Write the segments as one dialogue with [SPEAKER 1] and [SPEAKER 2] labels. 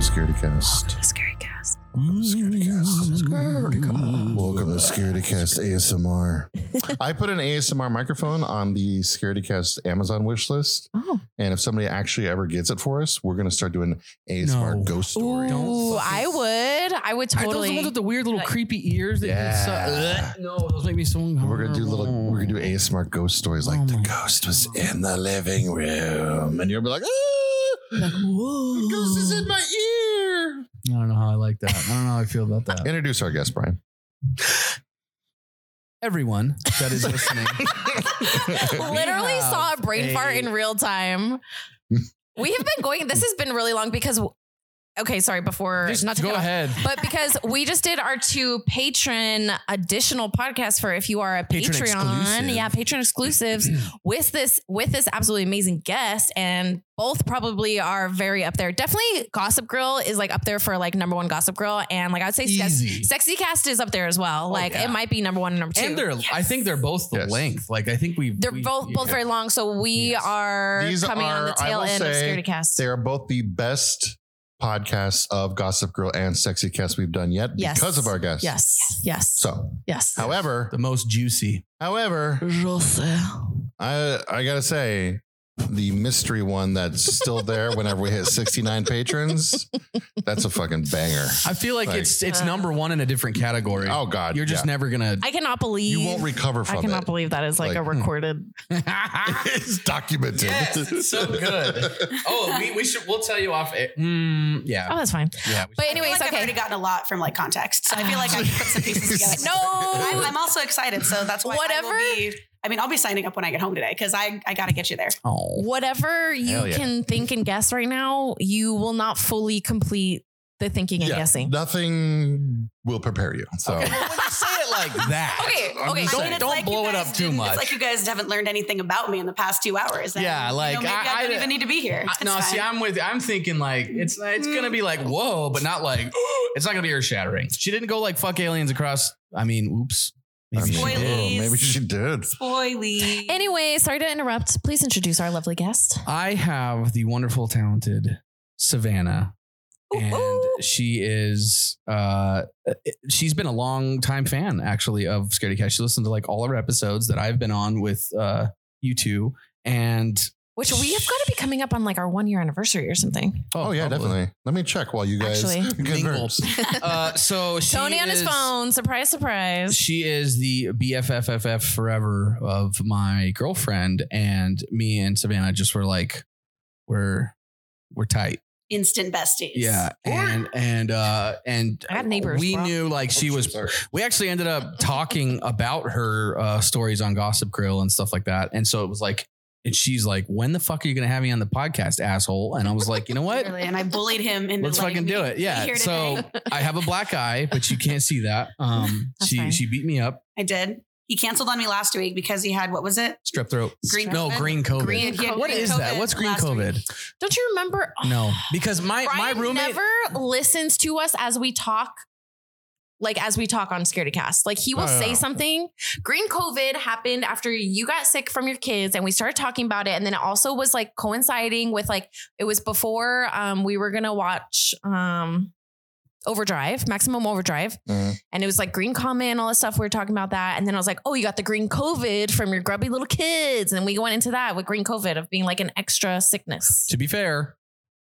[SPEAKER 1] Security Cast.
[SPEAKER 2] Scary cast.
[SPEAKER 1] Welcome to Security Cast. Welcome to Security Cast ASMR. I put an ASMR microphone on the Security Cast Amazon wish list,
[SPEAKER 2] Oh.
[SPEAKER 1] and if somebody actually ever gets it for us, we're gonna start doing ASMR
[SPEAKER 3] No.
[SPEAKER 1] ghost stories.
[SPEAKER 3] Don't
[SPEAKER 2] Ooh,
[SPEAKER 3] fucking-
[SPEAKER 2] I would. I would
[SPEAKER 3] Are those the
[SPEAKER 2] totally.
[SPEAKER 3] ones with the weird little
[SPEAKER 2] Like-
[SPEAKER 3] creepy ears? That
[SPEAKER 1] Yeah.
[SPEAKER 3] yeah. no, those make me so uncomfortable.
[SPEAKER 1] We're gonna do little. We're gonna do ASMR ghost stories, like
[SPEAKER 3] Oh
[SPEAKER 1] the
[SPEAKER 3] my
[SPEAKER 1] ghost was in the living room, and you'll be like, ah,
[SPEAKER 3] Like,
[SPEAKER 1] the ghost is in
[SPEAKER 3] whoa.
[SPEAKER 1] my ear.
[SPEAKER 3] I don't know how I like that. I don't know how I feel about that.
[SPEAKER 1] Introduce our guest, Brian.
[SPEAKER 3] Everyone that is listening.
[SPEAKER 2] literally
[SPEAKER 3] We
[SPEAKER 2] saw a
[SPEAKER 3] have
[SPEAKER 2] brain fart
[SPEAKER 3] a-
[SPEAKER 2] in real time. we have been going. This has been really long because. Okay, sorry. Before
[SPEAKER 3] Just
[SPEAKER 2] not to
[SPEAKER 3] go
[SPEAKER 2] cut off,
[SPEAKER 3] ahead.
[SPEAKER 2] but because we just did our two patron additional podcasts for if you are a
[SPEAKER 3] Patron
[SPEAKER 2] Patreon,
[SPEAKER 3] exclusive.
[SPEAKER 2] yeah, patron exclusives with this with this absolutely amazing guest, and both probably are very up there. Definitely, Gossip Girl is like up there for like number one Gossip Girl, and like I would say, Sex-
[SPEAKER 3] Easy.
[SPEAKER 2] Sexy Cast is up there as well.
[SPEAKER 1] Oh,
[SPEAKER 2] like
[SPEAKER 3] yeah.
[SPEAKER 2] it might be number one and number two.
[SPEAKER 3] And they're, I think they're both the
[SPEAKER 1] Yes.
[SPEAKER 3] length. Like, I think we.
[SPEAKER 2] They're
[SPEAKER 3] we-
[SPEAKER 2] both both
[SPEAKER 3] yeah.
[SPEAKER 2] very long, so we
[SPEAKER 3] Yes.
[SPEAKER 2] are
[SPEAKER 1] These
[SPEAKER 2] coming on
[SPEAKER 1] are-
[SPEAKER 2] the
[SPEAKER 1] I
[SPEAKER 2] tail
[SPEAKER 1] will
[SPEAKER 2] end of
[SPEAKER 1] say,
[SPEAKER 2] Security Cast.
[SPEAKER 1] They are both the best podcasts of Gossip Girl and Sexy Cast we've done yet
[SPEAKER 2] Yes.
[SPEAKER 1] because of our guests.
[SPEAKER 2] Yes, yes,
[SPEAKER 1] So,
[SPEAKER 2] yes.
[SPEAKER 1] however,
[SPEAKER 3] The most juicy.
[SPEAKER 1] however, I I gotta say the mystery one that's still there whenever we hit 69 patrons, that's a fucking banger.
[SPEAKER 3] I feel like,
[SPEAKER 1] Like-
[SPEAKER 3] it's it's
[SPEAKER 2] Uh.
[SPEAKER 3] number one in a different category.
[SPEAKER 1] Oh God,
[SPEAKER 3] You're just
[SPEAKER 1] yeah.
[SPEAKER 3] never gonna.
[SPEAKER 2] I cannot believe
[SPEAKER 1] you won't recover
[SPEAKER 2] I
[SPEAKER 1] from
[SPEAKER 2] cannot
[SPEAKER 1] it.
[SPEAKER 2] believe that is like,
[SPEAKER 1] Like,
[SPEAKER 2] a
[SPEAKER 1] hmm.
[SPEAKER 2] recorded.
[SPEAKER 1] it's documented.
[SPEAKER 3] Yes, it's so good. oh, we, we should. We'll tell you off. air. Mm, yeah.
[SPEAKER 2] Oh, that's fine.
[SPEAKER 3] Yeah. we
[SPEAKER 2] But
[SPEAKER 3] should-
[SPEAKER 2] anyway,
[SPEAKER 4] I
[SPEAKER 2] it's
[SPEAKER 4] feel like I've
[SPEAKER 2] okay.
[SPEAKER 4] already gotten a lot from like context, so I feel like I can put some pieces together.
[SPEAKER 2] No,
[SPEAKER 4] I'm, I'm also excited, so that's why I
[SPEAKER 2] Whatever.
[SPEAKER 4] will be. I mean, I'll be signing up when I get home today because I I gotta get you there.
[SPEAKER 3] oh.
[SPEAKER 2] whatever you
[SPEAKER 1] Hell yeah.
[SPEAKER 2] can think and guess right now, you will not fully complete the thinking and
[SPEAKER 1] Yeah,
[SPEAKER 2] guessing.
[SPEAKER 1] Nothing will prepare you. So
[SPEAKER 3] When you say it like that.
[SPEAKER 2] Okay,
[SPEAKER 1] I'm
[SPEAKER 2] okay.
[SPEAKER 1] just
[SPEAKER 3] Don't-
[SPEAKER 4] I mean, it's
[SPEAKER 3] don't
[SPEAKER 4] you
[SPEAKER 3] blow it
[SPEAKER 4] guys
[SPEAKER 3] up too
[SPEAKER 4] didn't-
[SPEAKER 3] much.
[SPEAKER 4] It's like you guys haven't learned anything about me in the past two hours. and,
[SPEAKER 3] Yeah,
[SPEAKER 4] you know,
[SPEAKER 3] like,
[SPEAKER 4] maybe
[SPEAKER 3] I-
[SPEAKER 4] I,
[SPEAKER 3] I-
[SPEAKER 4] don't even need to be here.
[SPEAKER 3] I-
[SPEAKER 4] It's
[SPEAKER 3] no,
[SPEAKER 4] fine. Mm.
[SPEAKER 3] see, I'm with. I'm thinking like it's it's gonna be like whoa, but not like it's not gonna be earth shattering. She didn't go like fuck aliens across. I mean, oops.
[SPEAKER 1] I mean,
[SPEAKER 4] Spoilies.
[SPEAKER 1] oh, maybe she did.
[SPEAKER 4] Spoily.
[SPEAKER 2] Anyway, sorry to interrupt. Please introduce our lovely guest.
[SPEAKER 3] I have the wonderful, talented Savannah,
[SPEAKER 2] Ooh,
[SPEAKER 3] and
[SPEAKER 2] ooh.
[SPEAKER 3] she is. uh She's been a long time fan actually of Scaredy Cat. She listened to like all of our episodes that I've been on with uh you two, and
[SPEAKER 2] Which we have got to be coming up on like our one year anniversary or something.
[SPEAKER 1] Oh yeah,
[SPEAKER 3] probably.
[SPEAKER 1] definitely. Let me check while you guys
[SPEAKER 2] Actually,
[SPEAKER 1] converse.
[SPEAKER 3] Uh, so she
[SPEAKER 2] Tony on his
[SPEAKER 3] is-
[SPEAKER 2] phone. Surprise, surprise.
[SPEAKER 3] She is the BFFFF forever of my girlfriend, and me and Savannah just were like, we're we're tight,
[SPEAKER 4] Instant besties.
[SPEAKER 3] yeah. And and uh and
[SPEAKER 2] I got neighbors,
[SPEAKER 3] we
[SPEAKER 2] bro.
[SPEAKER 3] knew like
[SPEAKER 2] Oh,
[SPEAKER 3] she was.
[SPEAKER 1] Sorry.
[SPEAKER 3] We actually ended up talking about her uh, stories on Gossip Grill and stuff like that, and so it was like. And she's like, "When the fuck are you gonna have me on the podcast, asshole?" And I was like, "You know what?
[SPEAKER 4] Literally, and I bullied him into
[SPEAKER 3] Let's
[SPEAKER 4] letting
[SPEAKER 3] fucking
[SPEAKER 4] me
[SPEAKER 3] do it."
[SPEAKER 4] be
[SPEAKER 3] Yeah.
[SPEAKER 4] here
[SPEAKER 3] So
[SPEAKER 4] today.
[SPEAKER 3] I have a black eye, but you can't see that. Um,
[SPEAKER 2] That's
[SPEAKER 3] she
[SPEAKER 2] fine.
[SPEAKER 3] she beat me up,
[SPEAKER 4] I did. He canceled on me last week because he had what was it?
[SPEAKER 3] strep throat.
[SPEAKER 4] Green
[SPEAKER 3] no,
[SPEAKER 4] COVID?
[SPEAKER 3] green COVID.
[SPEAKER 2] Green
[SPEAKER 4] He had
[SPEAKER 3] What
[SPEAKER 2] COVID.
[SPEAKER 3] is that? What's green
[SPEAKER 4] last
[SPEAKER 3] COVID?
[SPEAKER 4] week.
[SPEAKER 2] Don't you remember?
[SPEAKER 3] No, because my
[SPEAKER 2] Brian
[SPEAKER 3] my roommate.
[SPEAKER 2] never listens to us as we talk, like as we talk on Scaredy Cast. Like he will
[SPEAKER 3] Oh,
[SPEAKER 1] No, no,
[SPEAKER 2] say
[SPEAKER 1] no.
[SPEAKER 2] something. Green COVID happened after you got sick from your kids, and we started talking about it. And then it also was like coinciding with like it was before um, we were gonna watch um, Overdrive, Maximum Overdrive,
[SPEAKER 1] Mhm.
[SPEAKER 2] and it was like green comma and all this stuff. We were talking about that, and then I was like, oh, you got the green COVID from your grubby little kids, and we went into that with green COVID of being like an extra sickness.
[SPEAKER 3] to be fair,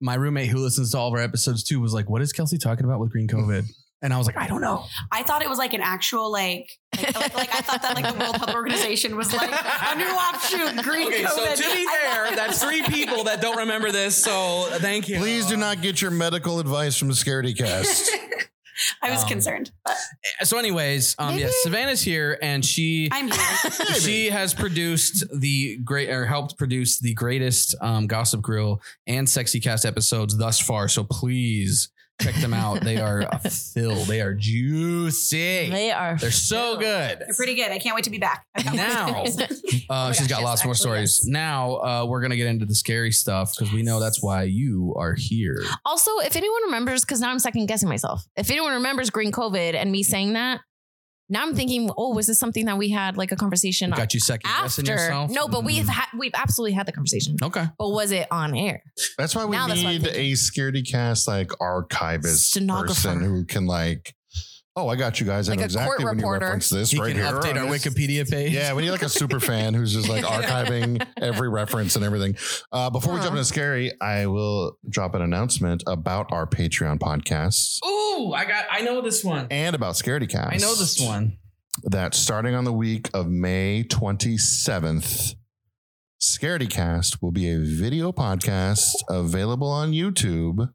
[SPEAKER 3] my roommate who listens to all of our episodes too was like, "What is Kelsey talking about with green COVID?" And I was like, "I don't know."
[SPEAKER 4] I thought it was like an actual like like, like, like, I thought that like the World Health Organization was like a new offshoot green
[SPEAKER 3] Okay, so
[SPEAKER 4] COVID.
[SPEAKER 3] to be
[SPEAKER 4] I thought-
[SPEAKER 3] fair, that's three people that don't remember this. So thank you.
[SPEAKER 1] Please do not get your medical advice from Scaredy Cast.
[SPEAKER 4] I was
[SPEAKER 3] Um,
[SPEAKER 4] concerned, but
[SPEAKER 3] So, anyways, um, yes,
[SPEAKER 2] Maybe-
[SPEAKER 3] Savannah's here, and she
[SPEAKER 4] I'm here.
[SPEAKER 3] she has produced the great or helped produce the greatest um, gossip grill and sexy cast episodes thus far so please check them out they are filled they are juicy
[SPEAKER 2] They are
[SPEAKER 3] they're so good
[SPEAKER 4] They're pretty good. I can't wait to be back. I've got
[SPEAKER 3] now uh,
[SPEAKER 4] my
[SPEAKER 3] she's
[SPEAKER 4] gosh,
[SPEAKER 3] got
[SPEAKER 4] yes,
[SPEAKER 3] lots more
[SPEAKER 4] actually,
[SPEAKER 3] stories
[SPEAKER 4] yes.
[SPEAKER 3] now uh, we're gonna get into the scary stuff because we know that's why you are here
[SPEAKER 2] Also, if anyone remembers, because now I'm second guessing myself. If anyone remembers green COVID and me saying that, Now I'm thinking, oh, was this something that we had like a conversation
[SPEAKER 3] Got you second guessing
[SPEAKER 2] after?
[SPEAKER 3] yourself. Mm. Mm-hmm.
[SPEAKER 2] No, but we've had we've absolutely had the conversation.
[SPEAKER 3] Okay.
[SPEAKER 2] But was it on air?
[SPEAKER 1] That's why we
[SPEAKER 2] Now that's what I'm
[SPEAKER 1] need a security cast like archivist
[SPEAKER 2] Stenographer.
[SPEAKER 1] person who can like, oh, I got you guys. I
[SPEAKER 2] Like
[SPEAKER 1] know
[SPEAKER 2] a court
[SPEAKER 1] exactly when you
[SPEAKER 2] reporter.
[SPEAKER 1] reference this
[SPEAKER 3] He
[SPEAKER 1] right
[SPEAKER 3] can
[SPEAKER 1] here.
[SPEAKER 3] update
[SPEAKER 1] on
[SPEAKER 3] our
[SPEAKER 1] this.
[SPEAKER 3] Wikipedia page.
[SPEAKER 1] Yeah, we need like a super fan who's just like archiving every reference and everything. Uh, before we
[SPEAKER 2] Huh.
[SPEAKER 1] jump into scary, I will drop an announcement about our Patreon podcasts
[SPEAKER 3] Ooh, I got. I know this one.
[SPEAKER 1] and about Scaredy Cast.
[SPEAKER 3] I know this one.
[SPEAKER 1] That starting on the week of May 27th, Scaredy Cast will be a video podcast available on YouTube,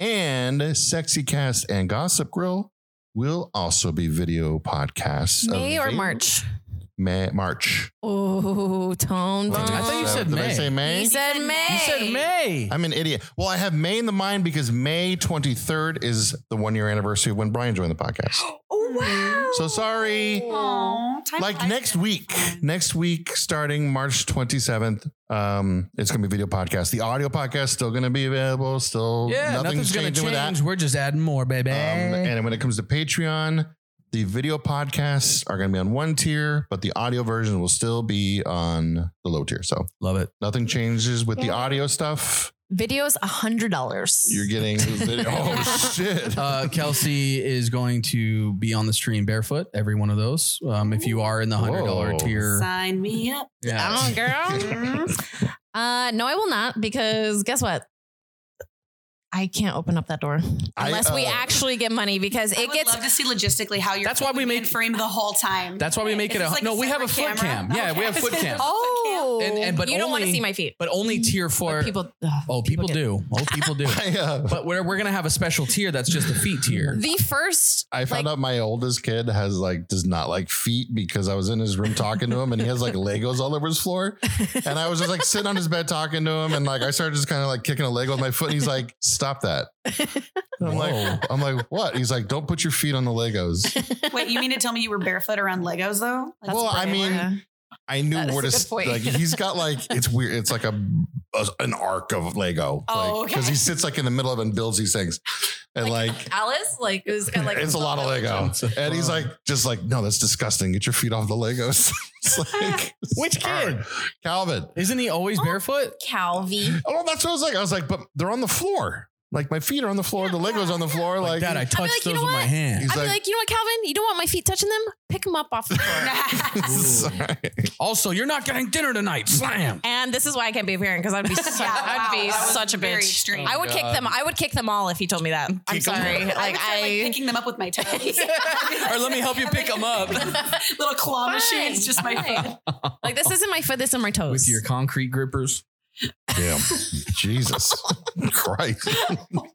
[SPEAKER 1] and Sexy Cast and Gossip Grill will also be video podcasts.
[SPEAKER 2] May or
[SPEAKER 1] avail-
[SPEAKER 2] March?
[SPEAKER 1] May, March.
[SPEAKER 2] Oh, tone
[SPEAKER 3] I
[SPEAKER 2] bone.
[SPEAKER 3] thought you said
[SPEAKER 1] Did I
[SPEAKER 3] May.
[SPEAKER 1] say May?
[SPEAKER 2] He said May.
[SPEAKER 3] You said May.
[SPEAKER 1] I'm an idiot. Well, I have May in the mind because May 23rd is the one year anniversary of when Brian joined the podcast.
[SPEAKER 4] Oh wow.
[SPEAKER 1] So sorry.
[SPEAKER 4] Aw, time
[SPEAKER 1] Like
[SPEAKER 4] flies.
[SPEAKER 1] next week, next week starting March 27th, um, it's going to be a video podcast. The audio podcast still going to be available. Still,
[SPEAKER 3] yeah, nothing's, gonna
[SPEAKER 1] changing
[SPEAKER 3] change.
[SPEAKER 1] with that.
[SPEAKER 3] We're just adding more, baby.
[SPEAKER 1] Um, and when it comes to Patreon, the video podcasts are going to be on one tier, but the audio version will still be on the low tier. So
[SPEAKER 3] Love it.
[SPEAKER 1] nothing changes with the audio stuff.
[SPEAKER 2] Videos hundred dollars.
[SPEAKER 1] You're getting video. oh shit!
[SPEAKER 3] Uh, Kelsey is going to be on the stream barefoot. Every one of those. Um, if you are in the hundred dollar
[SPEAKER 1] Whoa.
[SPEAKER 3] tier,
[SPEAKER 4] Sign me up.
[SPEAKER 2] Oh, girl. uh, no, I will not because guess what? I can't open up that door
[SPEAKER 1] I,
[SPEAKER 2] unless we
[SPEAKER 1] uh,
[SPEAKER 2] actually get money because
[SPEAKER 4] I
[SPEAKER 2] it
[SPEAKER 4] would
[SPEAKER 2] gets
[SPEAKER 4] love to see logistically how you're.
[SPEAKER 3] That's why we
[SPEAKER 4] holding
[SPEAKER 3] make-
[SPEAKER 4] in frame the whole time.
[SPEAKER 3] That's why we make
[SPEAKER 4] Is
[SPEAKER 3] it a
[SPEAKER 4] this like
[SPEAKER 3] no. we have a foot
[SPEAKER 4] separate camera?
[SPEAKER 3] cam. Yeah, we have foot
[SPEAKER 4] Okay.
[SPEAKER 3] cam.
[SPEAKER 2] Oh,
[SPEAKER 3] And- and- but
[SPEAKER 2] you don't want to
[SPEAKER 3] only-
[SPEAKER 2] see my feet.
[SPEAKER 3] But only
[SPEAKER 2] Mm.
[SPEAKER 3] tier
[SPEAKER 2] But
[SPEAKER 3] four.
[SPEAKER 2] people, ugh,
[SPEAKER 3] oh, people,
[SPEAKER 2] get-
[SPEAKER 3] do. Oh, people do.
[SPEAKER 1] I, uh,
[SPEAKER 3] but we're we're gonna have a special tier that's just the feet tier.
[SPEAKER 2] The first,
[SPEAKER 1] I found
[SPEAKER 2] like-
[SPEAKER 1] out my oldest kid has like does not like feet because I was in his room talking to him and he has like Legos all over his floor. And I was just like sitting on his bed talking to him and like I started just kind of like kicking a Lego with my foot. And he's like, stop that. And I'm
[SPEAKER 3] Whoa.
[SPEAKER 1] like, I'm like, what? He's like, don't put your feet on the Legos.
[SPEAKER 4] Wait, you mean to tell me you were barefoot around Legos though? Like,
[SPEAKER 1] Well, I mean,
[SPEAKER 2] Yeah.
[SPEAKER 1] I knew
[SPEAKER 2] That is
[SPEAKER 1] where
[SPEAKER 2] a
[SPEAKER 1] to
[SPEAKER 2] good
[SPEAKER 1] s-
[SPEAKER 2] point.
[SPEAKER 1] like he's got like it's weird. It's like a, a- an arc of Lego.
[SPEAKER 4] Oh,
[SPEAKER 1] like,
[SPEAKER 4] okay.
[SPEAKER 1] Because he sits like in the middle of it and builds these things. And like,
[SPEAKER 2] Alice, like it was kind of like
[SPEAKER 1] it's a lot of Lego. And he's like, just like, no, that's disgusting. Get your feet off the Legos. it's like,
[SPEAKER 3] Which
[SPEAKER 1] sorry.
[SPEAKER 3] kid?
[SPEAKER 1] Calvin.
[SPEAKER 3] Isn't he always barefoot?
[SPEAKER 2] Calvi.
[SPEAKER 1] Oh, that's what I was like. I was like, but they're on the floor. Like my feet are on the floor. The Legos on the floor.
[SPEAKER 3] Like
[SPEAKER 1] Like,
[SPEAKER 3] that, I touched
[SPEAKER 2] like, you
[SPEAKER 3] those
[SPEAKER 2] know
[SPEAKER 3] with my
[SPEAKER 2] what?
[SPEAKER 3] hand.
[SPEAKER 1] He's
[SPEAKER 2] I'd be
[SPEAKER 1] like-
[SPEAKER 2] like, you know what, Calvin? You don't want my feet touching them. Pick them up off the floor.
[SPEAKER 1] Sorry.
[SPEAKER 3] Also, you're not getting dinner tonight. Slam.
[SPEAKER 2] And this is why I can't be a parent because I'd be so,
[SPEAKER 4] Yeah,
[SPEAKER 2] I'd
[SPEAKER 4] wow,
[SPEAKER 2] be
[SPEAKER 4] that was
[SPEAKER 2] such a
[SPEAKER 4] very
[SPEAKER 2] bitch.
[SPEAKER 4] extreme.
[SPEAKER 2] I would kick
[SPEAKER 3] God.
[SPEAKER 2] them. I would kick them all if he told me that. I'm
[SPEAKER 3] Kick 'em
[SPEAKER 2] sorry. Like
[SPEAKER 3] all.
[SPEAKER 4] I would start, like
[SPEAKER 2] I,
[SPEAKER 4] picking them up with my toes.
[SPEAKER 3] or let me help you pick them up
[SPEAKER 4] Little claw
[SPEAKER 2] Fine,
[SPEAKER 4] machines, just my
[SPEAKER 2] fine.
[SPEAKER 4] feet.
[SPEAKER 2] like this isn't my foot. This is my toes.
[SPEAKER 3] with your concrete grippers.
[SPEAKER 1] Damn. Jesus. Christ.
[SPEAKER 2] I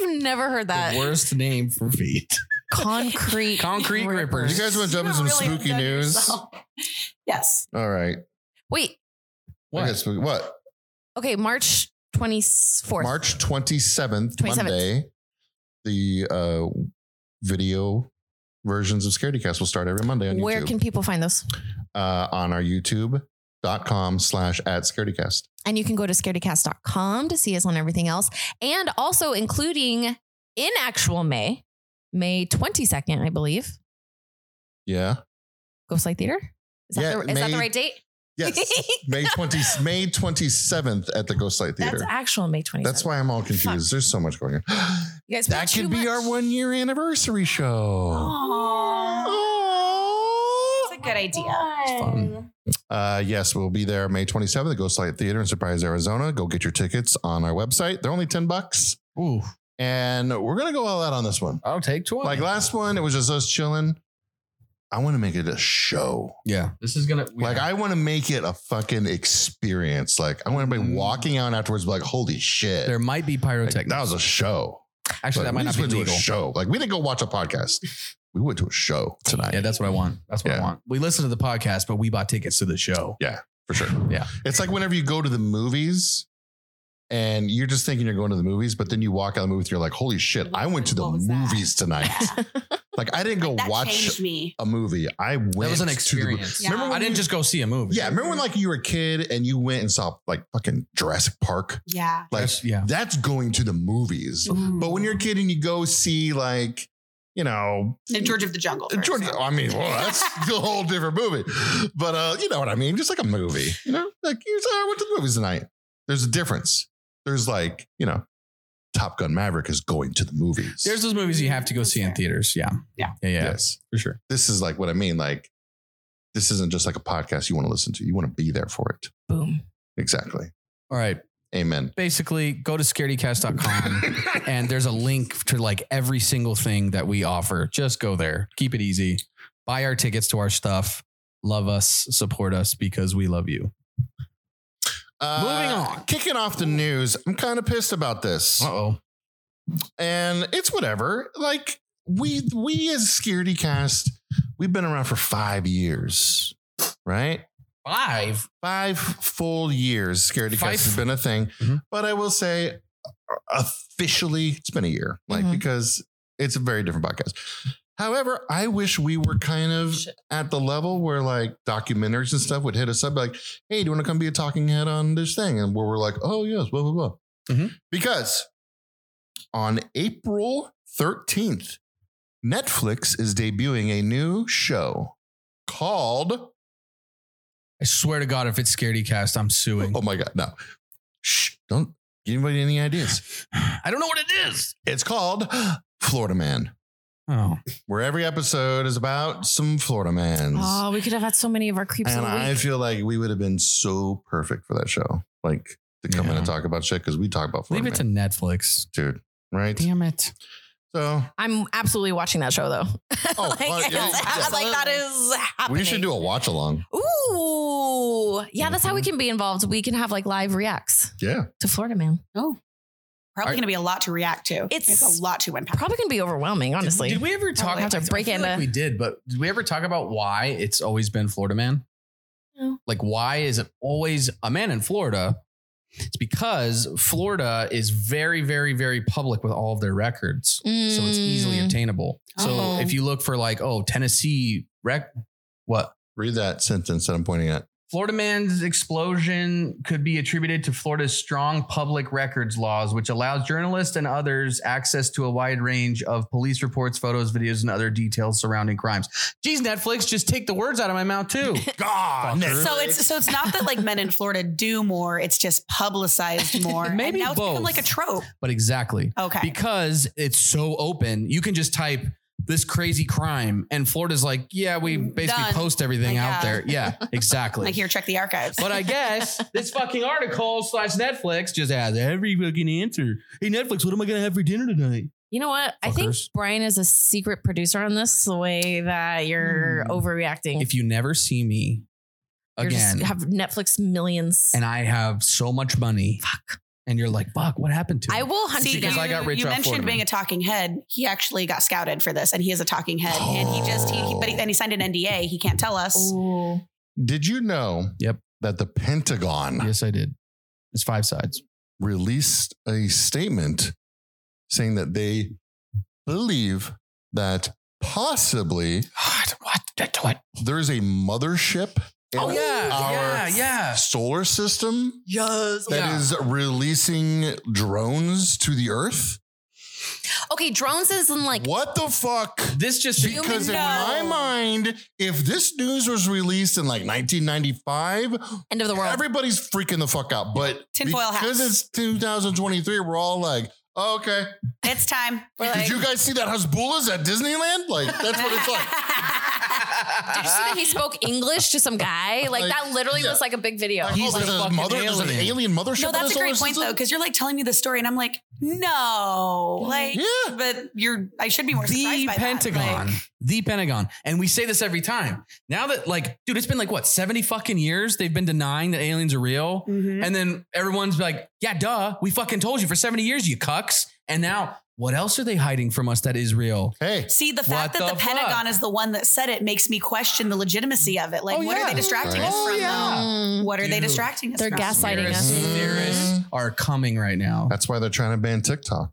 [SPEAKER 2] have never heard
[SPEAKER 3] The
[SPEAKER 2] that.
[SPEAKER 3] worst name for feet.
[SPEAKER 2] Concrete.
[SPEAKER 3] Concrete grippers.
[SPEAKER 1] You guys want to jump into
[SPEAKER 4] You've
[SPEAKER 1] some
[SPEAKER 4] really
[SPEAKER 1] spooky
[SPEAKER 4] done
[SPEAKER 1] news?
[SPEAKER 4] yourself. Yes.
[SPEAKER 1] All right.
[SPEAKER 2] Wait.
[SPEAKER 1] I got spooky- What?
[SPEAKER 2] Okay. March twenty fourth.
[SPEAKER 1] March 27th,
[SPEAKER 2] 27th.
[SPEAKER 1] Monday, the uh, video versions of Scaredy Cast will start every Monday on
[SPEAKER 2] Where
[SPEAKER 1] YouTube.
[SPEAKER 2] can people find those?
[SPEAKER 1] uh, on our youtube.com slash at scaredycast.
[SPEAKER 2] And you can go to scaredycast.com to see us on everything else. And also including in actual May, May 22nd, I believe,
[SPEAKER 1] Yeah.
[SPEAKER 2] Ghostlight Theater. Is that,
[SPEAKER 1] Yeah,
[SPEAKER 2] the, is that
[SPEAKER 1] May-
[SPEAKER 2] the right date?
[SPEAKER 1] Yes. May 20 May 27th at the Ghostlight Theater.
[SPEAKER 2] That's actual May 27th.
[SPEAKER 1] That's why I'm all confused.
[SPEAKER 2] Fuck.
[SPEAKER 1] There's so much going on.
[SPEAKER 2] You guys
[SPEAKER 1] that
[SPEAKER 2] put too
[SPEAKER 1] could be
[SPEAKER 2] much-
[SPEAKER 1] our one year anniversary show.
[SPEAKER 4] Aww.
[SPEAKER 1] Aw.
[SPEAKER 4] That's a good idea.
[SPEAKER 3] fun.
[SPEAKER 1] Uh, yes, we'll be there May 27th at Ghostlight Theater in Surprise, Arizona. Go get your tickets on our website. They're only 10 bucks.
[SPEAKER 3] Ooh,
[SPEAKER 1] And we're going to go all out on this one.
[SPEAKER 3] I'll take twenty.
[SPEAKER 1] Like last one, it was just us chilling. I want to make it a show.
[SPEAKER 3] yeah, this is gonna
[SPEAKER 1] Like I want to make it a fucking experience. Like I want to be
[SPEAKER 3] Mm.
[SPEAKER 1] walking out afterwards, like holy shit,
[SPEAKER 3] There might be
[SPEAKER 1] Like,
[SPEAKER 3] pyrotechnics.
[SPEAKER 1] that was a show. Like,
[SPEAKER 3] Actually, that might
[SPEAKER 1] we
[SPEAKER 3] not
[SPEAKER 1] just
[SPEAKER 3] be
[SPEAKER 1] went to
[SPEAKER 3] legal.
[SPEAKER 1] a show. Like we didn't go watch a podcast. we went to a show tonight
[SPEAKER 3] Yeah, that's what I want. That's what I
[SPEAKER 1] Yeah.
[SPEAKER 3] want. We listened to the podcast, but we bought tickets to the show.
[SPEAKER 1] for sure.
[SPEAKER 3] Yeah.
[SPEAKER 1] it's like whenever you go to the movies. And you're just thinking you're going to the movies, but then you walk out of the movie, and you're like, "Holy shit! I went to the
[SPEAKER 4] What was that?
[SPEAKER 1] movies tonight. like I didn't go
[SPEAKER 4] That
[SPEAKER 1] watch
[SPEAKER 4] changed me.
[SPEAKER 1] a movie. I went.
[SPEAKER 3] That was an
[SPEAKER 1] to the-
[SPEAKER 3] experience.
[SPEAKER 4] Yeah. Remember
[SPEAKER 3] I
[SPEAKER 4] when
[SPEAKER 3] didn't just go see a movie.
[SPEAKER 1] Yeah, remember when like you were a kid and you went and saw like fucking Jurassic Park?
[SPEAKER 4] Yeah. Mm.
[SPEAKER 1] Like
[SPEAKER 3] That's- yeah.
[SPEAKER 1] that's going to the movies. But when you're a kid and you go see like you know,
[SPEAKER 4] And George of the Jungle. for
[SPEAKER 1] George,
[SPEAKER 4] example.
[SPEAKER 1] I mean, well, that's a whole different movie. But uh, you know what I mean? Just like a movie, you know, like you said, I went to the movies tonight. There's a difference. There's like, you know, Top Gun Maverick is going to the movies.
[SPEAKER 3] There's those movies you have to go see in theaters. Yeah.
[SPEAKER 4] Yeah.
[SPEAKER 3] Yeah. Yeah.
[SPEAKER 1] yes.
[SPEAKER 3] For sure.
[SPEAKER 1] This is like what I mean. Like, this isn't just like a podcast you want to listen to. You want to be there for it.
[SPEAKER 2] Boom.
[SPEAKER 1] Exactly.
[SPEAKER 3] All right.
[SPEAKER 1] Amen.
[SPEAKER 3] Basically, go to scaredycast.com. and there's a link to like every single thing that we offer. Just go there. Keep it easy. Buy our tickets to our stuff. Love us, support us because we love you.
[SPEAKER 1] Uh,
[SPEAKER 3] Moving on.
[SPEAKER 1] Kicking off the news. I'm kind of pissed about this.
[SPEAKER 3] oh.
[SPEAKER 1] and it's whatever. Like we we as Scaredy Cast, we've been around for five years, right?
[SPEAKER 3] Five.
[SPEAKER 1] Five full years. Scaredy
[SPEAKER 3] Five.
[SPEAKER 1] Cast has been a thing,
[SPEAKER 3] Mhm.
[SPEAKER 1] but I will say, uh, officially, it's been a year. Like
[SPEAKER 2] Mhm.
[SPEAKER 1] because it's a very different podcast. However, I wish we were kind of
[SPEAKER 2] Shit.
[SPEAKER 1] at the level where like documentaries and stuff would hit us up, like, "Hey, do you want to come be a talking head on this thing?" And where we're like, "Oh yes, blah blah blah,"
[SPEAKER 3] Mhm.
[SPEAKER 1] because on April thirteenth, Netflix is debuting a new show called
[SPEAKER 3] I swear to God, if it's Scaredy Cast, I'm suing.
[SPEAKER 1] Oh my god, no, shh, don't give anybody any ideas.
[SPEAKER 3] I don't know what it is.
[SPEAKER 1] It's called Florida Man,
[SPEAKER 3] Oh.
[SPEAKER 1] where every episode is about some Florida mans.
[SPEAKER 2] Oh, we could have had so many of our creeps.
[SPEAKER 1] And
[SPEAKER 2] of the
[SPEAKER 1] I
[SPEAKER 2] week.
[SPEAKER 1] feel like we would have been so perfect for that show. Like to come in
[SPEAKER 3] Yeah.
[SPEAKER 1] and talk about shit because we talk about
[SPEAKER 3] Leave
[SPEAKER 1] Florida
[SPEAKER 3] it to
[SPEAKER 1] Man,
[SPEAKER 3] Netflix.
[SPEAKER 1] dude. Right?
[SPEAKER 3] Damn it.
[SPEAKER 1] So
[SPEAKER 2] I'm absolutely watching that show though.
[SPEAKER 1] Oh,
[SPEAKER 2] like,
[SPEAKER 1] uh, yeah,
[SPEAKER 2] it's- I was like, that is happening.
[SPEAKER 1] we should do a watch along.
[SPEAKER 2] Ooh, yeah, that's how we
[SPEAKER 3] Mhm.
[SPEAKER 2] can be involved. We can have like live reacts
[SPEAKER 1] Yeah.
[SPEAKER 2] to Florida Man.
[SPEAKER 4] Oh. Probably
[SPEAKER 3] Are-
[SPEAKER 4] going to be a lot to react to.
[SPEAKER 2] It's-
[SPEAKER 4] It's a lot to unpack.
[SPEAKER 2] Probably gonna be overwhelming, honestly.
[SPEAKER 3] Did, did we ever talk
[SPEAKER 2] Probably have to
[SPEAKER 3] I feel
[SPEAKER 2] break
[SPEAKER 3] like
[SPEAKER 2] into-
[SPEAKER 3] we did, but did we ever talk about why it's always been Florida man?
[SPEAKER 2] No.
[SPEAKER 3] Like why is it always a man in Florida? It's because Florida is very, very, very public with all of their records. So it's easily
[SPEAKER 2] Mm.
[SPEAKER 3] obtainable. So
[SPEAKER 2] Oh.
[SPEAKER 3] if you look for like, oh, Tennessee rec what?
[SPEAKER 1] Read that sentence that I'm pointing at.
[SPEAKER 3] Florida man's explosion could be attributed to Florida's strong public records laws, which allows journalists and others access to a wide range of police reports, photos, videos, and other details surrounding crimes. Geez, Netflix, just take the words out of my mouth too.
[SPEAKER 1] God.
[SPEAKER 3] Fucker.
[SPEAKER 1] Netflix.
[SPEAKER 4] So it's so it's not that like men in Florida do more; it's just publicized more.
[SPEAKER 3] Maybe
[SPEAKER 4] and now it's
[SPEAKER 3] both.
[SPEAKER 4] become like a trope.
[SPEAKER 3] but exactly.
[SPEAKER 4] Okay,
[SPEAKER 3] Because it's so open, you can just type this crazy crime, and Florida's like, yeah, we basically
[SPEAKER 4] Done.
[SPEAKER 3] post everything
[SPEAKER 4] Like,
[SPEAKER 3] out
[SPEAKER 4] yeah.
[SPEAKER 3] there. Yeah, exactly.
[SPEAKER 4] like here, check the archives.
[SPEAKER 3] But I guess this fucking article slash Netflix just has every fucking answer. Hey Netflix, what am I gonna have for dinner tonight?
[SPEAKER 2] You know what? I think
[SPEAKER 3] Fuckers.
[SPEAKER 2] Brian is a secret producer on this. The way that you're
[SPEAKER 3] Hmm.
[SPEAKER 2] overreacting,
[SPEAKER 3] If you never see me
[SPEAKER 2] you're
[SPEAKER 3] again,
[SPEAKER 2] just have Netflix millions.
[SPEAKER 3] and I have so much money,
[SPEAKER 2] Fuck.
[SPEAKER 3] and you're like, fuck, what happened to?
[SPEAKER 2] I
[SPEAKER 3] me?"
[SPEAKER 2] will hunt
[SPEAKER 4] See,
[SPEAKER 2] you down.
[SPEAKER 3] because I got rich
[SPEAKER 4] you
[SPEAKER 3] off
[SPEAKER 4] mentioned
[SPEAKER 3] Florida
[SPEAKER 4] being
[SPEAKER 3] Man.
[SPEAKER 4] a talking head. He actually got scouted for this, and he is a talking head. And he just he, he- but he, and he signed an NDA. He can't tell us.
[SPEAKER 3] Oh.
[SPEAKER 2] Ooh.
[SPEAKER 1] Did you know
[SPEAKER 3] Yep.
[SPEAKER 1] that the Pentagon
[SPEAKER 3] yes, I did. It's five sides.
[SPEAKER 1] released a statement saying that they believe that possibly
[SPEAKER 3] What? What? That- What?
[SPEAKER 1] there is a mothership in
[SPEAKER 3] Oh yeah,
[SPEAKER 1] our
[SPEAKER 3] yeah, yeah.
[SPEAKER 1] solar system
[SPEAKER 3] Yes.
[SPEAKER 1] that is releasing drones to the earth.
[SPEAKER 2] Okay, drones is in like
[SPEAKER 1] what the fuck?
[SPEAKER 3] This just
[SPEAKER 1] Because in
[SPEAKER 2] know.
[SPEAKER 1] my mind, if this news was released in like 1995,
[SPEAKER 2] end of the world.
[SPEAKER 1] everybody's freaking the fuck out. But
[SPEAKER 4] Tinfoil hats.
[SPEAKER 1] because it's 2023, we're all like, oh, okay.
[SPEAKER 4] It's time. We're like,
[SPEAKER 1] Did you guys see that Hasbullah's at Disneyland? Like, that's what it's like.
[SPEAKER 2] Did you see that he spoke English to some guy? Like,
[SPEAKER 1] Like,
[SPEAKER 2] that literally
[SPEAKER 1] yeah.
[SPEAKER 2] was like a big video.
[SPEAKER 1] Like,
[SPEAKER 3] He's
[SPEAKER 1] oh,
[SPEAKER 3] a
[SPEAKER 1] there's a
[SPEAKER 3] fucking
[SPEAKER 1] mother, there's an
[SPEAKER 3] alien.
[SPEAKER 1] alien mothership.
[SPEAKER 4] no,
[SPEAKER 1] in
[SPEAKER 4] that's
[SPEAKER 1] the
[SPEAKER 4] a great
[SPEAKER 1] solar
[SPEAKER 4] point though,
[SPEAKER 1] system?
[SPEAKER 4] because you're like telling me this story, and I'm like, no, like,
[SPEAKER 1] Yeah.
[SPEAKER 4] but you're. I should be more surprised
[SPEAKER 3] the
[SPEAKER 4] by that.
[SPEAKER 3] Pentagon,
[SPEAKER 4] Like,
[SPEAKER 3] the Pentagon, and we say this every time. Now that like, dude, it's been like what seventy fucking years they've been denying that aliens are real,
[SPEAKER 4] mhm.
[SPEAKER 3] and then everyone's like, "Yeah, duh, we fucking told you for seventy years, you cucks." And now, what else are they hiding from us that is real?
[SPEAKER 1] Hey,
[SPEAKER 4] See, the
[SPEAKER 3] What
[SPEAKER 4] fact
[SPEAKER 3] the
[SPEAKER 4] that the,
[SPEAKER 3] fuck?
[SPEAKER 4] Pentagon is the one that said it makes me question the legitimacy of it.
[SPEAKER 3] Oh,
[SPEAKER 4] Like, what
[SPEAKER 3] yeah.
[SPEAKER 4] are they distracting
[SPEAKER 1] Right.
[SPEAKER 4] us
[SPEAKER 1] Oh,
[SPEAKER 4] from?
[SPEAKER 3] yeah.
[SPEAKER 4] though?
[SPEAKER 2] Mm.
[SPEAKER 4] What are they
[SPEAKER 3] Dude.
[SPEAKER 4] distracting us
[SPEAKER 2] They're
[SPEAKER 4] from?
[SPEAKER 2] gaslighting us.
[SPEAKER 3] Conspiracy Theorists are coming right now.
[SPEAKER 1] that's why they're trying to ban TikTok.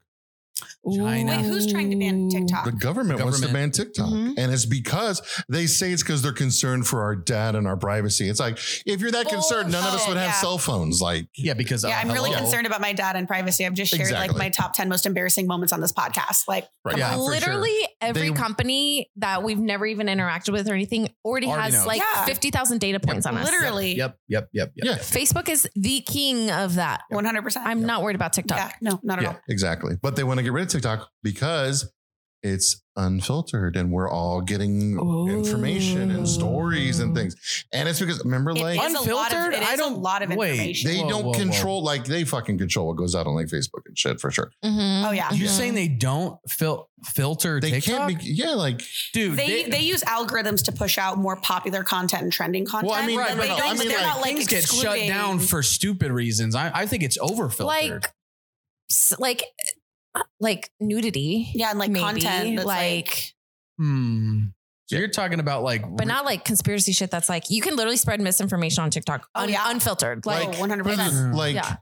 [SPEAKER 3] China.
[SPEAKER 4] Wait, who's trying to ban TikTok?
[SPEAKER 1] The government, wants to ban
[SPEAKER 3] Government.
[SPEAKER 1] TikTok.
[SPEAKER 4] Mm-hmm.
[SPEAKER 2] Mhm.
[SPEAKER 1] And it's because they say it's because they're concerned for our data and our privacy. It's like, if you're that concerned, none of us
[SPEAKER 4] Bullshit,
[SPEAKER 1] would have
[SPEAKER 4] yeah.
[SPEAKER 1] cell phones. Like,
[SPEAKER 3] Yeah, because
[SPEAKER 4] yeah,
[SPEAKER 3] uh,
[SPEAKER 4] I'm really
[SPEAKER 1] hello.
[SPEAKER 4] concerned about my data and privacy. I've just shared
[SPEAKER 1] Exactly.
[SPEAKER 4] like my top 10 most embarrassing moments on this podcast. Like,
[SPEAKER 1] right.
[SPEAKER 3] Yeah, for sure.
[SPEAKER 2] Literally every
[SPEAKER 1] They-
[SPEAKER 2] company that we've never even interacted with or anything already,
[SPEAKER 3] Already
[SPEAKER 2] has
[SPEAKER 3] knows.
[SPEAKER 2] like
[SPEAKER 4] Yeah.
[SPEAKER 2] 50,000 data points on us.
[SPEAKER 4] literally
[SPEAKER 3] Yep, yep, yep, yep.
[SPEAKER 1] Yeah.
[SPEAKER 2] Facebook is the king of that.
[SPEAKER 4] 100%.
[SPEAKER 2] I'm not worried about TikTok.
[SPEAKER 4] yeah, no, not at
[SPEAKER 1] Yeah,
[SPEAKER 4] all.
[SPEAKER 1] exactly. But they want to get rid of TikTok because it's unfiltered and we're all getting
[SPEAKER 2] Oh.
[SPEAKER 1] information and stories and things.
[SPEAKER 3] Oh.
[SPEAKER 1] And it's because, remember,
[SPEAKER 4] It
[SPEAKER 1] like,
[SPEAKER 4] is a lot of-
[SPEAKER 3] Unfiltered?
[SPEAKER 4] it is
[SPEAKER 3] I don't-
[SPEAKER 4] a lot of
[SPEAKER 3] wait.
[SPEAKER 4] information.
[SPEAKER 1] they
[SPEAKER 3] Whoa,
[SPEAKER 1] don't
[SPEAKER 3] whoa, whoa.
[SPEAKER 1] control, like, they fucking control what goes out on like Facebook and shit for sure.
[SPEAKER 2] Mhm.
[SPEAKER 4] Oh, yeah.
[SPEAKER 3] You're
[SPEAKER 2] Mhm.
[SPEAKER 3] saying they don't fil- filter
[SPEAKER 1] They
[SPEAKER 3] TikTok?
[SPEAKER 1] can't be, yeah, like,
[SPEAKER 3] Dude,
[SPEAKER 4] they, they use algorithms to push out more popular content and trending content.
[SPEAKER 1] I mean,
[SPEAKER 4] but
[SPEAKER 1] no,
[SPEAKER 4] they
[SPEAKER 1] no,
[SPEAKER 4] don't-
[SPEAKER 1] I mean,
[SPEAKER 4] they're
[SPEAKER 1] like,
[SPEAKER 4] not like
[SPEAKER 3] things get shut
[SPEAKER 4] excluding-
[SPEAKER 3] down for stupid reasons. I, I think it's overfiltered.
[SPEAKER 2] like s- like uh, like nudity.
[SPEAKER 4] Yeah, and like
[SPEAKER 2] maybe,
[SPEAKER 4] content.
[SPEAKER 2] like,
[SPEAKER 4] that's,
[SPEAKER 3] hmm. So you're talking about like,
[SPEAKER 2] but not like conspiracy shit that's like you can literally spread misinformation on TikTok
[SPEAKER 4] Oh,
[SPEAKER 2] un-
[SPEAKER 4] yeah.
[SPEAKER 2] unfiltered.
[SPEAKER 1] like,
[SPEAKER 2] Like,
[SPEAKER 4] like, 100%.
[SPEAKER 3] Mm.
[SPEAKER 1] like
[SPEAKER 2] Yeah.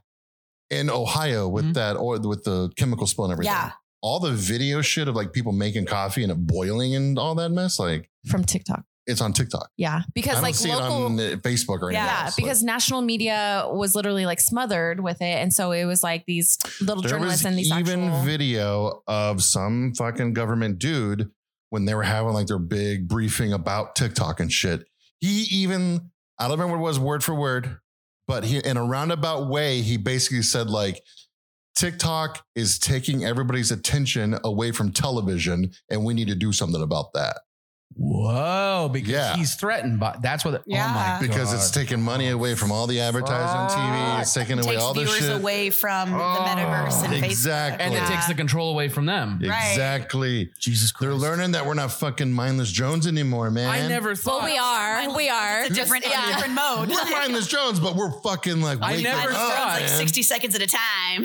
[SPEAKER 1] in Ohio with
[SPEAKER 3] Mhm.
[SPEAKER 1] that or with the chemical spill and everything.
[SPEAKER 4] Yeah.
[SPEAKER 1] All the video shit of like people making coffee and it boiling and all that mess, like
[SPEAKER 2] from TikTok.
[SPEAKER 1] it's on TikTok.
[SPEAKER 2] Yeah.
[SPEAKER 1] I
[SPEAKER 2] Because
[SPEAKER 1] don't
[SPEAKER 2] like
[SPEAKER 1] see
[SPEAKER 2] local
[SPEAKER 1] it on uh, Facebook or anything.
[SPEAKER 2] Yeah,
[SPEAKER 1] else.
[SPEAKER 2] because national media was literally like smothered with it, and so it was like these little
[SPEAKER 1] like, there
[SPEAKER 2] journalists
[SPEAKER 1] was
[SPEAKER 2] and these
[SPEAKER 1] even
[SPEAKER 2] actual.
[SPEAKER 1] video of some fucking government dude when they were having like their big briefing about TikTok and shit. He even I don't remember what it was word for word, but he in a roundabout way he basically said like. TikTok is taking everybody's attention away from television, and we need to do something about that.
[SPEAKER 3] whoa, because
[SPEAKER 1] Yeah.
[SPEAKER 3] he's threatened by that's what, oh
[SPEAKER 4] Yeah.
[SPEAKER 3] my
[SPEAKER 1] because it's
[SPEAKER 3] God.
[SPEAKER 1] taking money away from all the advertising on TV. It's taking away
[SPEAKER 4] takes
[SPEAKER 1] all this
[SPEAKER 4] viewers
[SPEAKER 1] shit.
[SPEAKER 4] away from the
[SPEAKER 3] Oh.
[SPEAKER 4] metaverse and uh,
[SPEAKER 1] Exactly.
[SPEAKER 3] and
[SPEAKER 4] Facebook.
[SPEAKER 3] it takes the control away from them.
[SPEAKER 4] Right.
[SPEAKER 1] Exactly.
[SPEAKER 3] Jesus
[SPEAKER 1] They're learning that we're not fucking mindless Jones anymore, man.
[SPEAKER 3] I never
[SPEAKER 2] Well,
[SPEAKER 3] thought.
[SPEAKER 2] we are, we are.
[SPEAKER 4] It's a different,
[SPEAKER 2] Yeah.
[SPEAKER 4] a different mode.
[SPEAKER 1] We're mindless Jones, but we're fucking like.
[SPEAKER 3] I
[SPEAKER 1] waking
[SPEAKER 3] never
[SPEAKER 1] up,
[SPEAKER 3] thought-
[SPEAKER 1] man.
[SPEAKER 4] like 60 seconds at a time.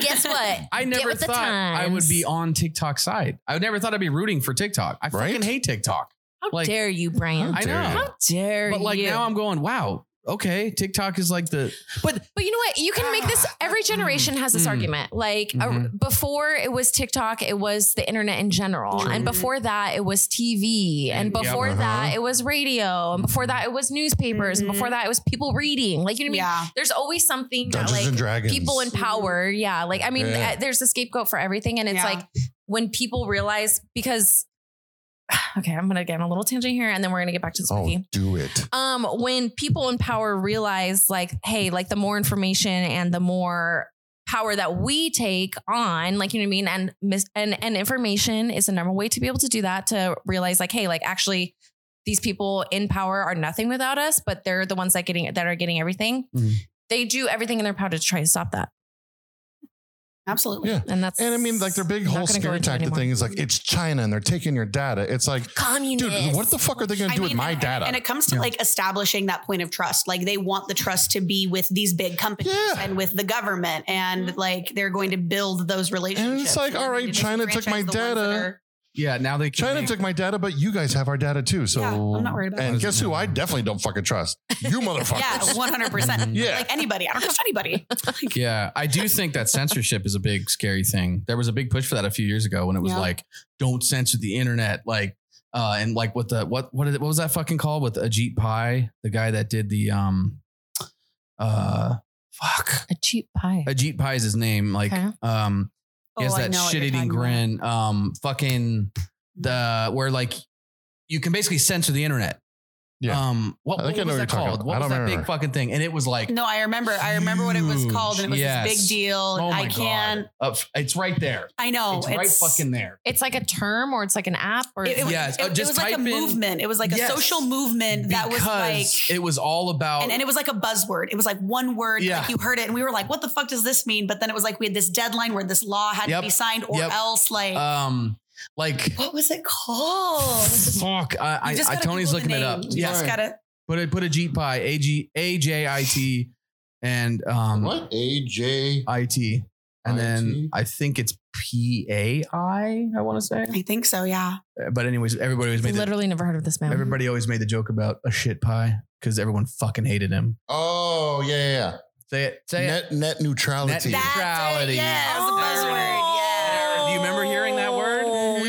[SPEAKER 2] Guess what?
[SPEAKER 3] I
[SPEAKER 2] Get
[SPEAKER 3] never
[SPEAKER 2] with the
[SPEAKER 3] thought I would be
[SPEAKER 2] times.
[SPEAKER 3] on TikTok side. I never thought I'd be rooting for TikTok. I
[SPEAKER 1] Right?
[SPEAKER 3] fucking hate Tiktok.
[SPEAKER 2] How
[SPEAKER 3] Like-
[SPEAKER 2] dare you, Brian?
[SPEAKER 1] How
[SPEAKER 3] I
[SPEAKER 1] dare
[SPEAKER 3] know.
[SPEAKER 1] you.
[SPEAKER 2] How dare
[SPEAKER 3] But like
[SPEAKER 2] you?
[SPEAKER 3] now I'm going, wow, okay, TikTok is like the
[SPEAKER 2] but but you know what? You can make this. Every generation has this
[SPEAKER 3] Mm.
[SPEAKER 2] argument. Like uh,
[SPEAKER 1] Mm-hmm.
[SPEAKER 3] Mhm.
[SPEAKER 2] before, it was TikTok. It was the internet in general,
[SPEAKER 4] True.
[SPEAKER 2] and before that, it was TV, and
[SPEAKER 3] Yep.
[SPEAKER 2] before
[SPEAKER 1] Uh-huh.
[SPEAKER 2] that, it was radio, and before that, it was newspapers, and
[SPEAKER 4] Mhm.
[SPEAKER 2] before that, it was people reading. Like you know what I mean?
[SPEAKER 4] Yeah. Mm-hmm.
[SPEAKER 2] There's always something
[SPEAKER 1] Dungeons
[SPEAKER 2] that like
[SPEAKER 1] and Dragons.
[SPEAKER 2] people in power. Yeah. Like, I mean,
[SPEAKER 1] Yeah.
[SPEAKER 2] uh, there's a scapegoat for everything. And it's
[SPEAKER 4] Yeah.
[SPEAKER 2] like when people realize, because, okay, I'm going to get on a little tangent here and then we're going to get back to the
[SPEAKER 1] Oh,
[SPEAKER 2] spooky.
[SPEAKER 1] do it.
[SPEAKER 2] Um, when people in power realize, like, hey, like the more information and the more power that we take on, like, you know what I mean? And, mis- and, and information is the number way to be able to do that, to realize, like, hey, like, actually, these people in power are nothing without us, but they're the ones that getting that are getting everything.
[SPEAKER 1] Mm-hmm.
[SPEAKER 3] Mhm.
[SPEAKER 2] They do everything in their power to try to stop that.
[SPEAKER 4] Absolutely.
[SPEAKER 1] Yeah.
[SPEAKER 2] And that's
[SPEAKER 1] And I mean, like their big
[SPEAKER 2] not
[SPEAKER 1] whole
[SPEAKER 2] gonna go
[SPEAKER 1] scare
[SPEAKER 2] into
[SPEAKER 1] tactic
[SPEAKER 2] anymore.
[SPEAKER 1] thing is like it's China and they're taking your data. It's like,
[SPEAKER 2] Communist.
[SPEAKER 1] dude, what the fuck are they going to
[SPEAKER 4] I
[SPEAKER 1] do with
[SPEAKER 4] mean,
[SPEAKER 1] my
[SPEAKER 4] and-
[SPEAKER 1] data?
[SPEAKER 4] And it comes to
[SPEAKER 3] Yeah.
[SPEAKER 4] like establishing that point of trust. Like they want the trust to be with these big companies
[SPEAKER 1] Yeah.
[SPEAKER 4] and with the government, and like they're going to build those relationships.
[SPEAKER 1] like, all
[SPEAKER 4] They're
[SPEAKER 1] right,
[SPEAKER 4] going to
[SPEAKER 1] China took my
[SPEAKER 4] disenfranchise the ones that
[SPEAKER 1] data.
[SPEAKER 4] are-
[SPEAKER 3] yeah. Now they can
[SPEAKER 1] China
[SPEAKER 3] make-
[SPEAKER 1] took my data, but you guys have our data too. So
[SPEAKER 4] Yeah, I'm not worried about
[SPEAKER 1] And
[SPEAKER 3] that.
[SPEAKER 1] guess who? I definitely don't fucking trust you, motherfuckers.
[SPEAKER 4] Yeah, one hundred
[SPEAKER 3] Mhm.
[SPEAKER 4] percent.
[SPEAKER 1] Yeah.
[SPEAKER 4] Like anybody, I don't trust anybody.
[SPEAKER 3] Yeah, I do think that censorship is a big scary thing. There was a big push for that a few years ago when it was
[SPEAKER 4] Yeah.
[SPEAKER 3] like, don't censor the internet, like, uh, and like what the what what is it- what was that fucking called with Ajit Pai, the guy that did the um, uh, fuck,
[SPEAKER 2] A cheap pie.
[SPEAKER 3] Ajit Pai is his name, like,
[SPEAKER 2] Okay.
[SPEAKER 3] um, he has
[SPEAKER 4] Oh, I
[SPEAKER 3] that
[SPEAKER 4] know what
[SPEAKER 3] shit
[SPEAKER 4] you're
[SPEAKER 3] eating
[SPEAKER 4] talking about. Mm-hmm.
[SPEAKER 3] grin, um, fucking the where like you can basically censor the internet.
[SPEAKER 1] Yeah.
[SPEAKER 3] Um, what,
[SPEAKER 1] I think
[SPEAKER 3] what
[SPEAKER 1] I know
[SPEAKER 3] was
[SPEAKER 1] what
[SPEAKER 3] that
[SPEAKER 1] you're talking
[SPEAKER 3] called?
[SPEAKER 1] about.
[SPEAKER 3] What
[SPEAKER 1] I
[SPEAKER 3] was
[SPEAKER 1] don't
[SPEAKER 3] that big
[SPEAKER 1] remember.
[SPEAKER 3] fucking thing? And it was like
[SPEAKER 4] No, I remember. I remember what it was called, and it was
[SPEAKER 3] Yes.
[SPEAKER 4] this big deal.
[SPEAKER 3] Oh my
[SPEAKER 4] I Oh, can.
[SPEAKER 3] god! Up, it's right there.
[SPEAKER 4] I know.
[SPEAKER 3] it's, right fucking there.
[SPEAKER 2] It's like a term or it's like an app or
[SPEAKER 4] It, it was,
[SPEAKER 3] Yes,
[SPEAKER 4] it-
[SPEAKER 1] Oh,
[SPEAKER 3] uh,
[SPEAKER 4] it
[SPEAKER 3] just
[SPEAKER 4] was like a
[SPEAKER 3] type in-
[SPEAKER 4] movement. It was like a
[SPEAKER 3] Yes.
[SPEAKER 4] social movement that was like
[SPEAKER 3] Because it was all about
[SPEAKER 4] and, and it was like a buzzword. It was like one word.
[SPEAKER 3] Yeah.
[SPEAKER 4] Like you heard it, and we were like, "What the fuck does this mean?" But then it was like we had this deadline where this law had
[SPEAKER 3] Yep.
[SPEAKER 4] to be signed, or
[SPEAKER 3] Yep.
[SPEAKER 4] else like
[SPEAKER 3] um like
[SPEAKER 4] what was it called?
[SPEAKER 3] fuck.
[SPEAKER 4] You
[SPEAKER 3] I,
[SPEAKER 4] just
[SPEAKER 3] I, I
[SPEAKER 4] gotta
[SPEAKER 3] Tony's
[SPEAKER 4] Google
[SPEAKER 3] looking
[SPEAKER 4] the
[SPEAKER 3] it up.
[SPEAKER 4] name. You
[SPEAKER 3] Yes,
[SPEAKER 4] just gotta.
[SPEAKER 3] put it put a Jeep pie a g a j i t and um
[SPEAKER 1] What? AJ.
[SPEAKER 3] i t and
[SPEAKER 1] IT?
[SPEAKER 3] then I think it's p a i. I want to say,
[SPEAKER 4] I think so. Yeah.
[SPEAKER 3] Uh, but anyways, everybody always made the,
[SPEAKER 2] literally um, never heard of this man.
[SPEAKER 3] everybody always made the joke about a shit pie because everyone fucking hated him.
[SPEAKER 1] Oh, yeah, yeah,
[SPEAKER 3] Say it.
[SPEAKER 1] yeah.
[SPEAKER 3] Say it.
[SPEAKER 1] Net, net neutrality.
[SPEAKER 3] Net-
[SPEAKER 4] That's
[SPEAKER 3] Neutrality.
[SPEAKER 4] it. Yeah. it was a
[SPEAKER 2] Oh.
[SPEAKER 4] buzzword. Yeah.
[SPEAKER 3] Do you remember hearing that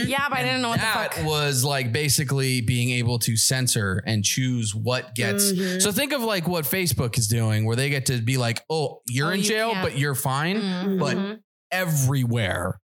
[SPEAKER 2] Yeah, but I didn't know what the
[SPEAKER 3] Mm-hmm. that
[SPEAKER 2] fuck.
[SPEAKER 3] was like basically being able to censor and choose what gets.
[SPEAKER 2] Mm-hmm.
[SPEAKER 4] Mhm.
[SPEAKER 3] So think of like what Facebook is doing, where they get to be like, "Oh, you're
[SPEAKER 2] Oh,
[SPEAKER 3] in
[SPEAKER 2] you
[SPEAKER 3] jail,
[SPEAKER 2] can't."
[SPEAKER 3] but you're fine."
[SPEAKER 2] Mm.
[SPEAKER 3] but-
[SPEAKER 4] Mhm.
[SPEAKER 3] Everywhere,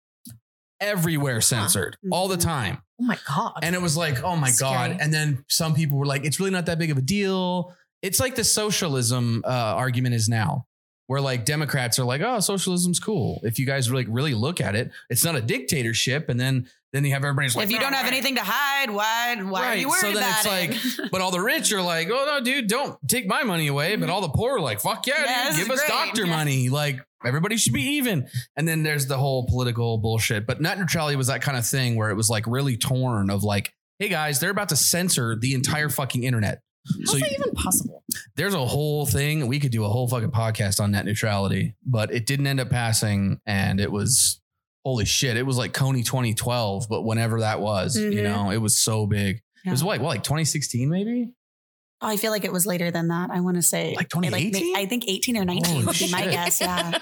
[SPEAKER 3] everywhere censored all the
[SPEAKER 4] Mhm.
[SPEAKER 3] time.
[SPEAKER 2] oh my god.
[SPEAKER 3] And it was like, oh my
[SPEAKER 2] Scary.
[SPEAKER 3] God. And then some people were like, it's really not that big of a deal. It's like the socialism uh, argument is now, where like Democrats are like, oh, socialism's cool. If you guys really, really look at it, it's not a dictatorship. And then then you have everybody's like,
[SPEAKER 4] if you
[SPEAKER 3] "No,
[SPEAKER 4] don't have
[SPEAKER 3] why-"
[SPEAKER 4] anything to hide, why why are
[SPEAKER 3] Right,
[SPEAKER 4] you
[SPEAKER 3] so
[SPEAKER 4] worried
[SPEAKER 3] then
[SPEAKER 4] about
[SPEAKER 3] it's
[SPEAKER 4] it?
[SPEAKER 3] But all the rich are like, oh no, dude, don't take my money away. But all the poor are like, fuck yeah,
[SPEAKER 4] Yeah,
[SPEAKER 3] dude,
[SPEAKER 4] this
[SPEAKER 3] give
[SPEAKER 4] is
[SPEAKER 3] us
[SPEAKER 4] great.
[SPEAKER 3] doctor
[SPEAKER 4] Yeah.
[SPEAKER 3] money. Like everybody should be even. And then there's the whole political bullshit. But net neutrality was that kind of thing where it was like really torn of like, hey guys, they're about to censor the entire fucking internet.
[SPEAKER 2] How's
[SPEAKER 3] So
[SPEAKER 2] that even possible?
[SPEAKER 3] there's a whole thing. We could do a whole fucking podcast on net neutrality, but it didn't end up passing. And it was holy shit. It was like Coney 2012, but whenever that was, you
[SPEAKER 4] Mhm.
[SPEAKER 3] know, it was so big. It was
[SPEAKER 4] Yeah.
[SPEAKER 3] like, what, like 2016 maybe?
[SPEAKER 4] oh, I feel like it was later than that. I want to say
[SPEAKER 3] Like
[SPEAKER 4] I
[SPEAKER 3] 2018?
[SPEAKER 4] I think 18 or 19
[SPEAKER 3] Holy
[SPEAKER 4] would be my
[SPEAKER 3] shit.
[SPEAKER 4] guess. Yeah.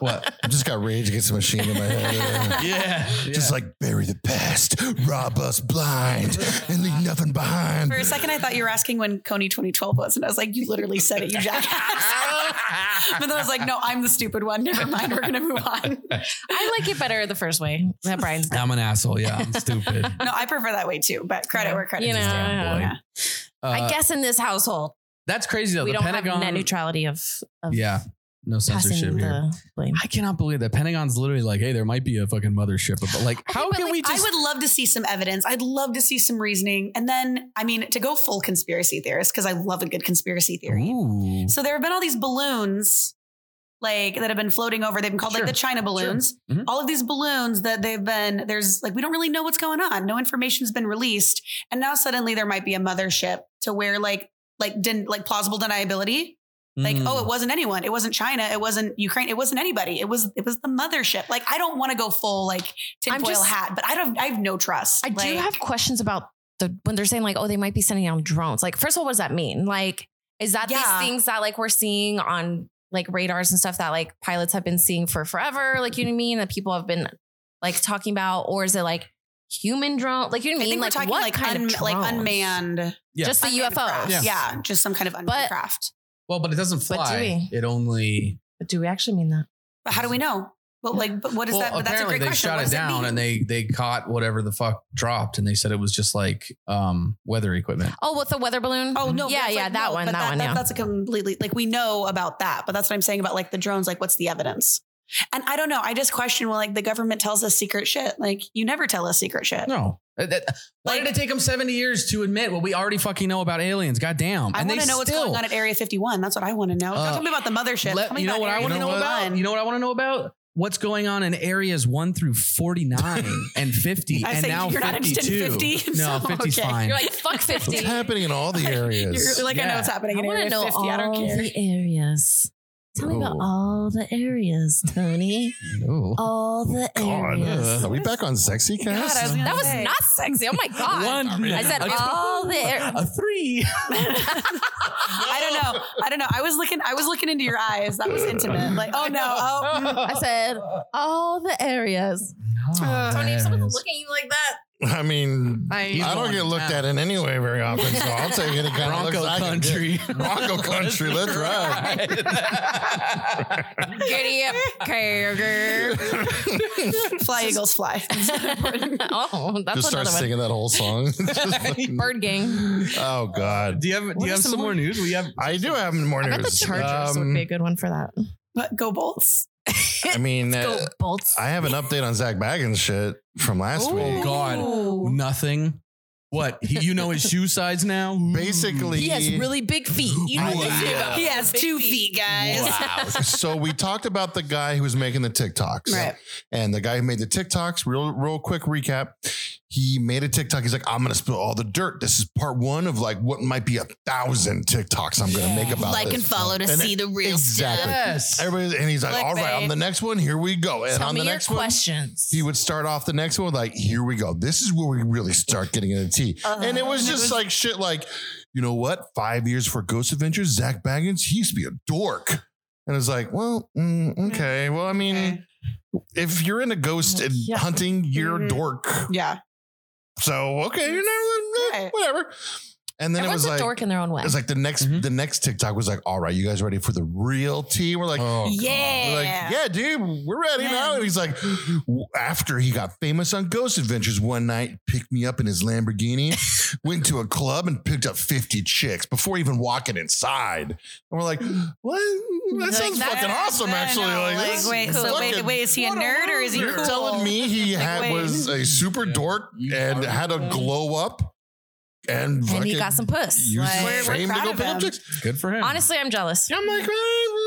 [SPEAKER 3] What?
[SPEAKER 1] I just got Rage Against the Machine in my head.
[SPEAKER 3] yeah.
[SPEAKER 1] Just like bury the past, rob us blind, and leave nothing behind.
[SPEAKER 4] For a second, I thought you were asking when Coney 2012 was, and I was like, you literally said it, you jackass.
[SPEAKER 3] "Ah!"
[SPEAKER 4] but then I was like, no, I'm the stupid one. Never mind. We're gonna move on.
[SPEAKER 2] I like it better the first way that Brian's
[SPEAKER 3] I'm an asshole. Yeah, I'm stupid.
[SPEAKER 4] No, I prefer that way too. But credit
[SPEAKER 2] Yeah.
[SPEAKER 4] where credit
[SPEAKER 2] You
[SPEAKER 4] is
[SPEAKER 2] know,
[SPEAKER 4] due.
[SPEAKER 2] yeah.
[SPEAKER 4] Yeah.
[SPEAKER 2] I
[SPEAKER 3] Uh,
[SPEAKER 2] guess in this household,
[SPEAKER 3] that's crazy though.
[SPEAKER 2] we
[SPEAKER 3] the
[SPEAKER 2] don't
[SPEAKER 3] Pentagon.
[SPEAKER 2] have net neutrality of, of
[SPEAKER 3] yeah, no censorship
[SPEAKER 2] passing
[SPEAKER 3] here.
[SPEAKER 2] the blame.
[SPEAKER 3] I cannot believe that Pentagon's literally like, hey, there might be a fucking mothership, but like, how
[SPEAKER 2] but,
[SPEAKER 3] can
[SPEAKER 2] like,
[SPEAKER 3] we just?
[SPEAKER 4] I would love to see some evidence. I'd love to see some reasoning. And then, I mean, to go full conspiracy theorist, because I love a good conspiracy theory.
[SPEAKER 3] Ooh.
[SPEAKER 4] So there have been all these balloons, like that have been floating over. They've been called
[SPEAKER 3] Sure.
[SPEAKER 4] like the China balloons.
[SPEAKER 2] Mm-hmm.
[SPEAKER 3] Mhm.
[SPEAKER 4] All of these balloons that they've been, there's like, we don't really know what's going on. No information's been released. And now suddenly there might be a mothership to where like, like, didn't like plausible deniability. Like,
[SPEAKER 3] Mm.
[SPEAKER 4] oh, it wasn't anyone. It wasn't China. It wasn't Ukraine. It wasn't anybody. It was it was the mothership. Like, I don't want to go full like
[SPEAKER 2] I'm
[SPEAKER 4] tinfoil
[SPEAKER 2] just-
[SPEAKER 4] hat, but I don't. I have no trust.
[SPEAKER 2] I do
[SPEAKER 4] Like,
[SPEAKER 2] have questions about the when they're saying like, oh, they might be sending down drones. Like, first of all, what does that mean? Like, is that
[SPEAKER 4] Yeah.
[SPEAKER 2] these things that like we're seeing on like radars and stuff that like pilots have been seeing for forever? Like, you know what I mean? That people have been like talking about, or is it like human drone? Like, you know
[SPEAKER 4] I
[SPEAKER 2] what I mean?
[SPEAKER 4] think
[SPEAKER 2] Like,
[SPEAKER 4] we're talking
[SPEAKER 2] what
[SPEAKER 4] like
[SPEAKER 2] kind
[SPEAKER 4] un-
[SPEAKER 2] of
[SPEAKER 4] like
[SPEAKER 2] drones?
[SPEAKER 4] unmanned,
[SPEAKER 3] Yeah.
[SPEAKER 2] Just the
[SPEAKER 4] unmanned
[SPEAKER 2] UFOs.
[SPEAKER 4] craft.
[SPEAKER 3] Yeah.
[SPEAKER 4] Yeah. just some kind of unmanned
[SPEAKER 2] But-
[SPEAKER 4] craft.
[SPEAKER 3] well, but it doesn't fly. It only.
[SPEAKER 2] But do we actually mean that?
[SPEAKER 4] But how do we know? Well, like, but what is
[SPEAKER 3] well,
[SPEAKER 4] that? But that's a
[SPEAKER 3] apparently
[SPEAKER 4] great
[SPEAKER 3] they
[SPEAKER 4] question.
[SPEAKER 3] shot
[SPEAKER 4] What
[SPEAKER 3] it
[SPEAKER 4] does
[SPEAKER 3] down
[SPEAKER 4] mean?
[SPEAKER 3] and they they caught whatever the fuck dropped, and they said it was just like um, weather equipment.
[SPEAKER 2] Oh, with the weather balloon?
[SPEAKER 4] Oh no!
[SPEAKER 2] Yeah,
[SPEAKER 4] that's
[SPEAKER 2] yeah,
[SPEAKER 4] like,
[SPEAKER 2] that
[SPEAKER 4] no,
[SPEAKER 2] one,
[SPEAKER 4] but
[SPEAKER 2] that, one, yeah.
[SPEAKER 4] That's a completely like we know about that, but that's what I'm saying about like the drones. Like, what's the evidence? And I don't know. I just question. Well, like the government tells us secret shit. Like you never tell us secret shit.
[SPEAKER 3] No. Uh, that- why did it take them 70 years to admit what we already fucking know about aliens? Goddamn.
[SPEAKER 4] I
[SPEAKER 3] And
[SPEAKER 4] want to
[SPEAKER 3] they
[SPEAKER 4] know what's
[SPEAKER 3] still-
[SPEAKER 4] going on at Area 51. That's what I want to know.
[SPEAKER 3] Uh,
[SPEAKER 4] Don't tell me about the mothership.
[SPEAKER 3] Let-
[SPEAKER 4] tell me
[SPEAKER 3] you know
[SPEAKER 4] about
[SPEAKER 3] what I
[SPEAKER 4] Area
[SPEAKER 3] want to know
[SPEAKER 4] 51.
[SPEAKER 3] about? You know what I want to know about? What's going on in areas one through 49 and 50
[SPEAKER 4] I
[SPEAKER 3] and
[SPEAKER 4] say
[SPEAKER 3] now
[SPEAKER 4] you're not
[SPEAKER 3] 52.
[SPEAKER 4] interested in 50,
[SPEAKER 3] no,
[SPEAKER 4] so,
[SPEAKER 3] 50's
[SPEAKER 4] okay.
[SPEAKER 3] fine.
[SPEAKER 2] You're like, fuck 50.
[SPEAKER 1] What's happening in all the areas?
[SPEAKER 4] You're like, I
[SPEAKER 3] Yeah.
[SPEAKER 4] know what's happening
[SPEAKER 2] I
[SPEAKER 4] in
[SPEAKER 2] want to
[SPEAKER 4] Area
[SPEAKER 2] know
[SPEAKER 4] 50.
[SPEAKER 2] all
[SPEAKER 4] I don't care.
[SPEAKER 2] the areas. Tell me about
[SPEAKER 1] Ooh.
[SPEAKER 2] all the areas, Tony.
[SPEAKER 3] Ooh.
[SPEAKER 4] "Oh,
[SPEAKER 2] All the
[SPEAKER 1] God,
[SPEAKER 2] areas.
[SPEAKER 1] are we back on sexy
[SPEAKER 4] God, I
[SPEAKER 1] cast?
[SPEAKER 4] was gonna
[SPEAKER 2] That was
[SPEAKER 4] say.
[SPEAKER 2] not sexy. Oh my god!
[SPEAKER 3] One.
[SPEAKER 2] I said
[SPEAKER 3] A
[SPEAKER 2] all the air-
[SPEAKER 3] A three.
[SPEAKER 4] I don't know. I don't know. I was looking. I was looking into your eyes. That was intimate. Like, oh no. Oh, mm.
[SPEAKER 2] I said all the areas.
[SPEAKER 1] Oh,
[SPEAKER 3] Oh,
[SPEAKER 2] at you like that,
[SPEAKER 1] I mean,
[SPEAKER 2] I-
[SPEAKER 1] I don't get looked at in any way very often, so I'll take any kind of looks
[SPEAKER 3] Bronco
[SPEAKER 1] I can get.
[SPEAKER 3] country.
[SPEAKER 1] Bronco country, let's ride.
[SPEAKER 2] giddy up, Kager.
[SPEAKER 4] fly eagles fly.
[SPEAKER 2] oh, that's
[SPEAKER 1] Just start
[SPEAKER 2] another one.
[SPEAKER 1] singing that whole song.
[SPEAKER 2] Bird gang.
[SPEAKER 1] oh God.
[SPEAKER 3] do you have, do
[SPEAKER 2] What
[SPEAKER 3] you
[SPEAKER 2] are
[SPEAKER 3] have
[SPEAKER 2] some
[SPEAKER 3] some more
[SPEAKER 2] more-
[SPEAKER 3] news? We have.
[SPEAKER 1] I do have more
[SPEAKER 2] I
[SPEAKER 1] news.
[SPEAKER 2] bet the Chargers
[SPEAKER 1] Um,
[SPEAKER 2] would be a good one for that.
[SPEAKER 4] But go bolts.
[SPEAKER 1] I mean,
[SPEAKER 2] Go
[SPEAKER 1] uh,
[SPEAKER 2] bolts.
[SPEAKER 1] I have an update on Zach Baggins shit from last
[SPEAKER 3] Ooh.
[SPEAKER 1] week.
[SPEAKER 3] God.
[SPEAKER 4] Ooh.
[SPEAKER 3] Nothing. What? He- you know his shoe size now?
[SPEAKER 1] Basically,
[SPEAKER 2] he has really big feet. You know what they say about
[SPEAKER 4] He has
[SPEAKER 2] big
[SPEAKER 4] two feet, guys.
[SPEAKER 3] Wow.
[SPEAKER 1] so we talked about the guy who was making the TikToks.
[SPEAKER 4] Right.
[SPEAKER 1] And the guy who made the TikToks, real real quick recap. He made a TikTok. He's like, I'm gonna spill all the dirt. This is part one of like what might be a thousand TikToks I'm gonna make about
[SPEAKER 4] Like
[SPEAKER 1] this.
[SPEAKER 4] and follow to
[SPEAKER 1] And
[SPEAKER 4] see the real
[SPEAKER 1] exactly.
[SPEAKER 4] stuff.
[SPEAKER 3] Yes.
[SPEAKER 1] Everybody, and he's like, all right,
[SPEAKER 4] Clickbait.
[SPEAKER 1] on the next one, here we go. And
[SPEAKER 2] Tell
[SPEAKER 1] on
[SPEAKER 2] me
[SPEAKER 1] the
[SPEAKER 2] your
[SPEAKER 1] next one,
[SPEAKER 2] questions.
[SPEAKER 1] he would start off the next one with like, here we go. This is where we really start getting into tea. and it was
[SPEAKER 4] Uh-huh. and
[SPEAKER 1] just
[SPEAKER 4] it was-
[SPEAKER 1] like shit like, you know what? Five years for Ghost Adventures, Zach Baggins, he used to be a dork. And it's like, well, mm, okay. Well, I mean,
[SPEAKER 4] Mm-hmm. Okay.
[SPEAKER 1] if you're into ghost and
[SPEAKER 2] Yeah.
[SPEAKER 1] hunting, you're a
[SPEAKER 4] Mhm.
[SPEAKER 1] dork.
[SPEAKER 4] Yeah.
[SPEAKER 1] So okay, you know, eh,
[SPEAKER 4] Right.
[SPEAKER 1] whatever. And then
[SPEAKER 2] Everyone's
[SPEAKER 1] it was
[SPEAKER 2] a
[SPEAKER 1] like
[SPEAKER 2] dork in Mm-hmm. their own way.
[SPEAKER 1] it was like the next
[SPEAKER 3] Mhm.
[SPEAKER 1] the next TikTok was like, all right, you guys ready for the real tea? We're like,
[SPEAKER 3] Oh, God.
[SPEAKER 1] We're like,
[SPEAKER 4] yeah.
[SPEAKER 1] yeah, dude, we're ready now.
[SPEAKER 4] Man.
[SPEAKER 1] And he's like, after he got famous on Ghost Adventures one night, picked me up in his Lamborghini, went to a club and picked up 50 chicks before even walking inside. And we're like, what? That
[SPEAKER 2] Like,
[SPEAKER 1] sounds
[SPEAKER 2] that-
[SPEAKER 1] fucking awesome,
[SPEAKER 4] I
[SPEAKER 1] actually.
[SPEAKER 4] know,
[SPEAKER 1] Like,
[SPEAKER 4] like,
[SPEAKER 1] this is
[SPEAKER 4] wait, so
[SPEAKER 1] fucking-
[SPEAKER 4] wait, wait, is he a
[SPEAKER 1] what
[SPEAKER 4] nerd or is he
[SPEAKER 1] You're
[SPEAKER 4] cool?
[SPEAKER 1] telling me he
[SPEAKER 4] Like,
[SPEAKER 1] had,
[SPEAKER 4] wait.
[SPEAKER 1] was a super
[SPEAKER 3] Yeah.
[SPEAKER 1] dork
[SPEAKER 3] You
[SPEAKER 1] and
[SPEAKER 3] are
[SPEAKER 1] had a
[SPEAKER 3] cool.
[SPEAKER 1] glow up and,
[SPEAKER 2] and he
[SPEAKER 1] fucking
[SPEAKER 2] got some puss.
[SPEAKER 1] used
[SPEAKER 2] Like,
[SPEAKER 1] his
[SPEAKER 4] We're- we're
[SPEAKER 1] fame to
[SPEAKER 4] proud
[SPEAKER 1] go
[SPEAKER 4] of
[SPEAKER 1] pick up
[SPEAKER 4] him.
[SPEAKER 1] chicks.
[SPEAKER 3] Good for him.
[SPEAKER 2] Honestly, I'm jealous.
[SPEAKER 1] I'm like,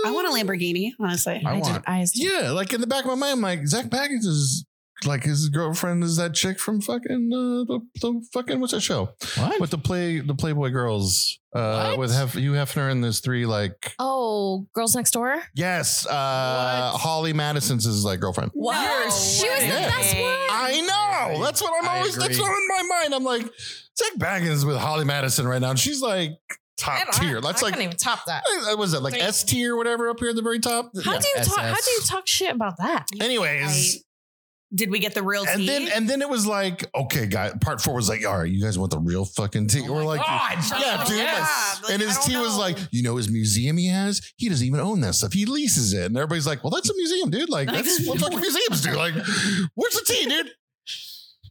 [SPEAKER 4] I want a Lamborghini, honestly.
[SPEAKER 3] I
[SPEAKER 2] I,
[SPEAKER 3] want-
[SPEAKER 2] did- I was-
[SPEAKER 1] Yeah, like in the back of my mind, I'm like Zach Baggins is like his girlfriend is that chick from fucking uh, the, the fucking what's that show
[SPEAKER 3] what?
[SPEAKER 1] with the play the Playboy girls uh,
[SPEAKER 3] What?
[SPEAKER 1] with Hef, Hugh Hefner and there's three like
[SPEAKER 2] Oh, girls next door.
[SPEAKER 1] yes uh,
[SPEAKER 3] What?
[SPEAKER 1] Holly Madison's his like girlfriend.
[SPEAKER 4] Wow.
[SPEAKER 2] Yes, she was
[SPEAKER 1] way.
[SPEAKER 2] the best one.
[SPEAKER 1] I
[SPEAKER 3] I
[SPEAKER 1] know
[SPEAKER 3] agree.
[SPEAKER 1] that's what I'm
[SPEAKER 3] I
[SPEAKER 1] always that's
[SPEAKER 3] agree.
[SPEAKER 1] what in my mind. I'm like Zach Baggins is with Holly Madison right now. And she's like top tier. That's
[SPEAKER 2] I
[SPEAKER 1] like uh,
[SPEAKER 2] can't even top that.
[SPEAKER 1] what was it like
[SPEAKER 2] Like-
[SPEAKER 1] S tier or whatever up here at the very top.
[SPEAKER 2] How
[SPEAKER 1] Yeah.
[SPEAKER 2] do you talk? How
[SPEAKER 3] SS.
[SPEAKER 2] do you talk shit about that?
[SPEAKER 1] Anyways.
[SPEAKER 4] I- did we get the real
[SPEAKER 1] and
[SPEAKER 2] E?
[SPEAKER 4] tea?
[SPEAKER 1] then and then it was like, okay, guy. Part four was like, all right, you guys want the real fucking
[SPEAKER 2] Oh
[SPEAKER 1] tea? We're like, yeah, dude.
[SPEAKER 4] Yeah,
[SPEAKER 1] like-
[SPEAKER 4] like,
[SPEAKER 1] and
[SPEAKER 4] I
[SPEAKER 1] his
[SPEAKER 4] don't
[SPEAKER 1] tea was
[SPEAKER 4] know.
[SPEAKER 1] like, you know, his museum he has, he doesn't even own that stuff. He leases it, and everybody's like, well, that's a museum, dude. Like that's what fucking museums do. Like, where's the tea, dude?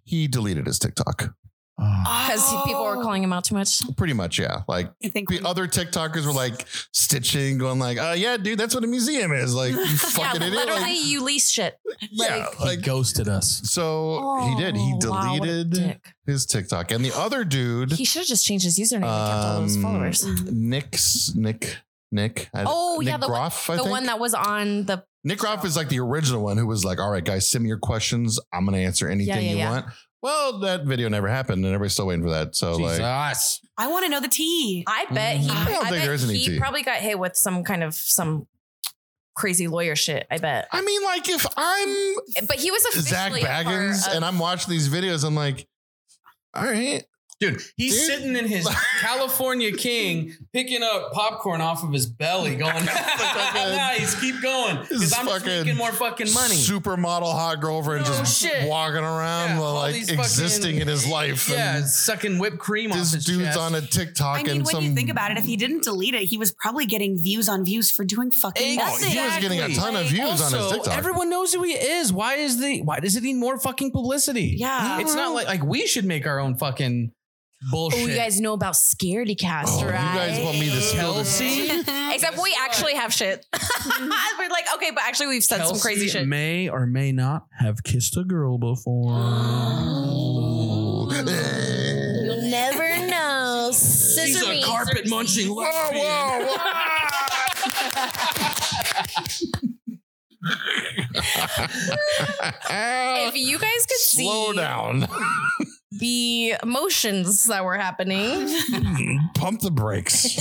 [SPEAKER 1] He deleted his TikTok.
[SPEAKER 2] Because people were calling him out too much.
[SPEAKER 1] Pretty much, yeah. Like
[SPEAKER 4] I think
[SPEAKER 1] the other TikTokers were like stitching, going like, uh, yeah, dude, that's what a museum is. Like, you fucking
[SPEAKER 2] yeah,
[SPEAKER 1] idiot.
[SPEAKER 2] literally,
[SPEAKER 1] Like,
[SPEAKER 2] you lease shit.
[SPEAKER 1] yeah,
[SPEAKER 3] he
[SPEAKER 1] like.
[SPEAKER 3] ghosted us.
[SPEAKER 1] So he did. He
[SPEAKER 2] Oh, wow, what a
[SPEAKER 1] deleted
[SPEAKER 2] dick.
[SPEAKER 1] his TikTok, and the other dude.
[SPEAKER 2] He should have just changed his username and kept all those
[SPEAKER 1] Um,
[SPEAKER 2] followers.
[SPEAKER 1] Nick's Nick Nick. I-
[SPEAKER 2] Oh,
[SPEAKER 1] Nick
[SPEAKER 2] yeah, the one-
[SPEAKER 1] Groff, I
[SPEAKER 2] The
[SPEAKER 1] think.
[SPEAKER 2] one that was on the
[SPEAKER 1] Nick Groff is like the original one who was like, "All right, guys, send me your questions. I'm gonna answer anything
[SPEAKER 2] yeah,
[SPEAKER 1] you
[SPEAKER 2] yeah.
[SPEAKER 1] want." Well, that video never happened, and everybody's still waiting for that. So,
[SPEAKER 3] Jesus.
[SPEAKER 1] like,
[SPEAKER 4] I want to know the tea.
[SPEAKER 2] I bet he.
[SPEAKER 3] I
[SPEAKER 1] Mm, don't think
[SPEAKER 2] bet
[SPEAKER 1] there is E any
[SPEAKER 2] he
[SPEAKER 1] tea.
[SPEAKER 2] probably got hit with some kind of some crazy lawyer shit. I bet.
[SPEAKER 1] I mean, like if I'm
[SPEAKER 2] But he was
[SPEAKER 1] Zach
[SPEAKER 2] officially
[SPEAKER 1] Baggins and I'm watching these videos, I'm like, "All right,
[SPEAKER 3] Dude, he's
[SPEAKER 1] Dude.
[SPEAKER 3] sitting in his California King, picking up popcorn off of his belly, going, "Nice, keep going,"
[SPEAKER 1] This is
[SPEAKER 3] because I'm just
[SPEAKER 1] fucking
[SPEAKER 3] making more fucking money.
[SPEAKER 1] supermodel hot girlfriend
[SPEAKER 3] No
[SPEAKER 1] just
[SPEAKER 3] shit.
[SPEAKER 1] walking around,
[SPEAKER 3] Yeah,
[SPEAKER 1] while,
[SPEAKER 3] all
[SPEAKER 1] like
[SPEAKER 3] these fucking-
[SPEAKER 1] existing in his life."
[SPEAKER 3] yeah,
[SPEAKER 1] and
[SPEAKER 3] sucking whipped cream off
[SPEAKER 1] this
[SPEAKER 3] his
[SPEAKER 1] dude's
[SPEAKER 3] chest.
[SPEAKER 1] on a TikTok
[SPEAKER 4] I mean,
[SPEAKER 1] and
[SPEAKER 4] when
[SPEAKER 1] some.
[SPEAKER 4] you think about it, if he didn't delete it, he was probably getting views on views for doing fucking
[SPEAKER 1] Oh,
[SPEAKER 4] nothing.
[SPEAKER 1] he was getting a ton of
[SPEAKER 3] Exactly.
[SPEAKER 1] views on his
[SPEAKER 3] Also,
[SPEAKER 1] TikTok.
[SPEAKER 3] Everyone knows who he is. Why is the why does it need more fucking publicity?
[SPEAKER 4] Yeah.
[SPEAKER 3] It's not like like we should make our own fucking bullshit.
[SPEAKER 2] Oh, you guys know about Scaredy Cast,
[SPEAKER 1] Oh, you
[SPEAKER 2] right?
[SPEAKER 1] guys want me to spill this?
[SPEAKER 3] Kelsey,
[SPEAKER 2] Except we actually have shit. We're like, okay, but actually we've said some crazy
[SPEAKER 3] Kelsey
[SPEAKER 2] shit.
[SPEAKER 3] May or may not have kissed a girl before.
[SPEAKER 2] You'll never know.
[SPEAKER 3] She's a carpet munching lesbian.
[SPEAKER 2] If you guys could
[SPEAKER 1] Slow
[SPEAKER 2] see
[SPEAKER 1] down.
[SPEAKER 2] the emotions that were happening,
[SPEAKER 1] Pump the brakes.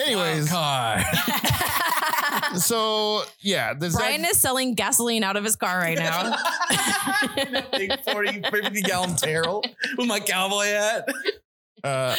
[SPEAKER 1] Anyways,
[SPEAKER 3] Car.
[SPEAKER 1] so yeah, there's
[SPEAKER 2] Brian is selling gasoline out of his car right now.
[SPEAKER 3] Big 40, 50 gallon barrel with my cowboy hat.
[SPEAKER 1] Uh,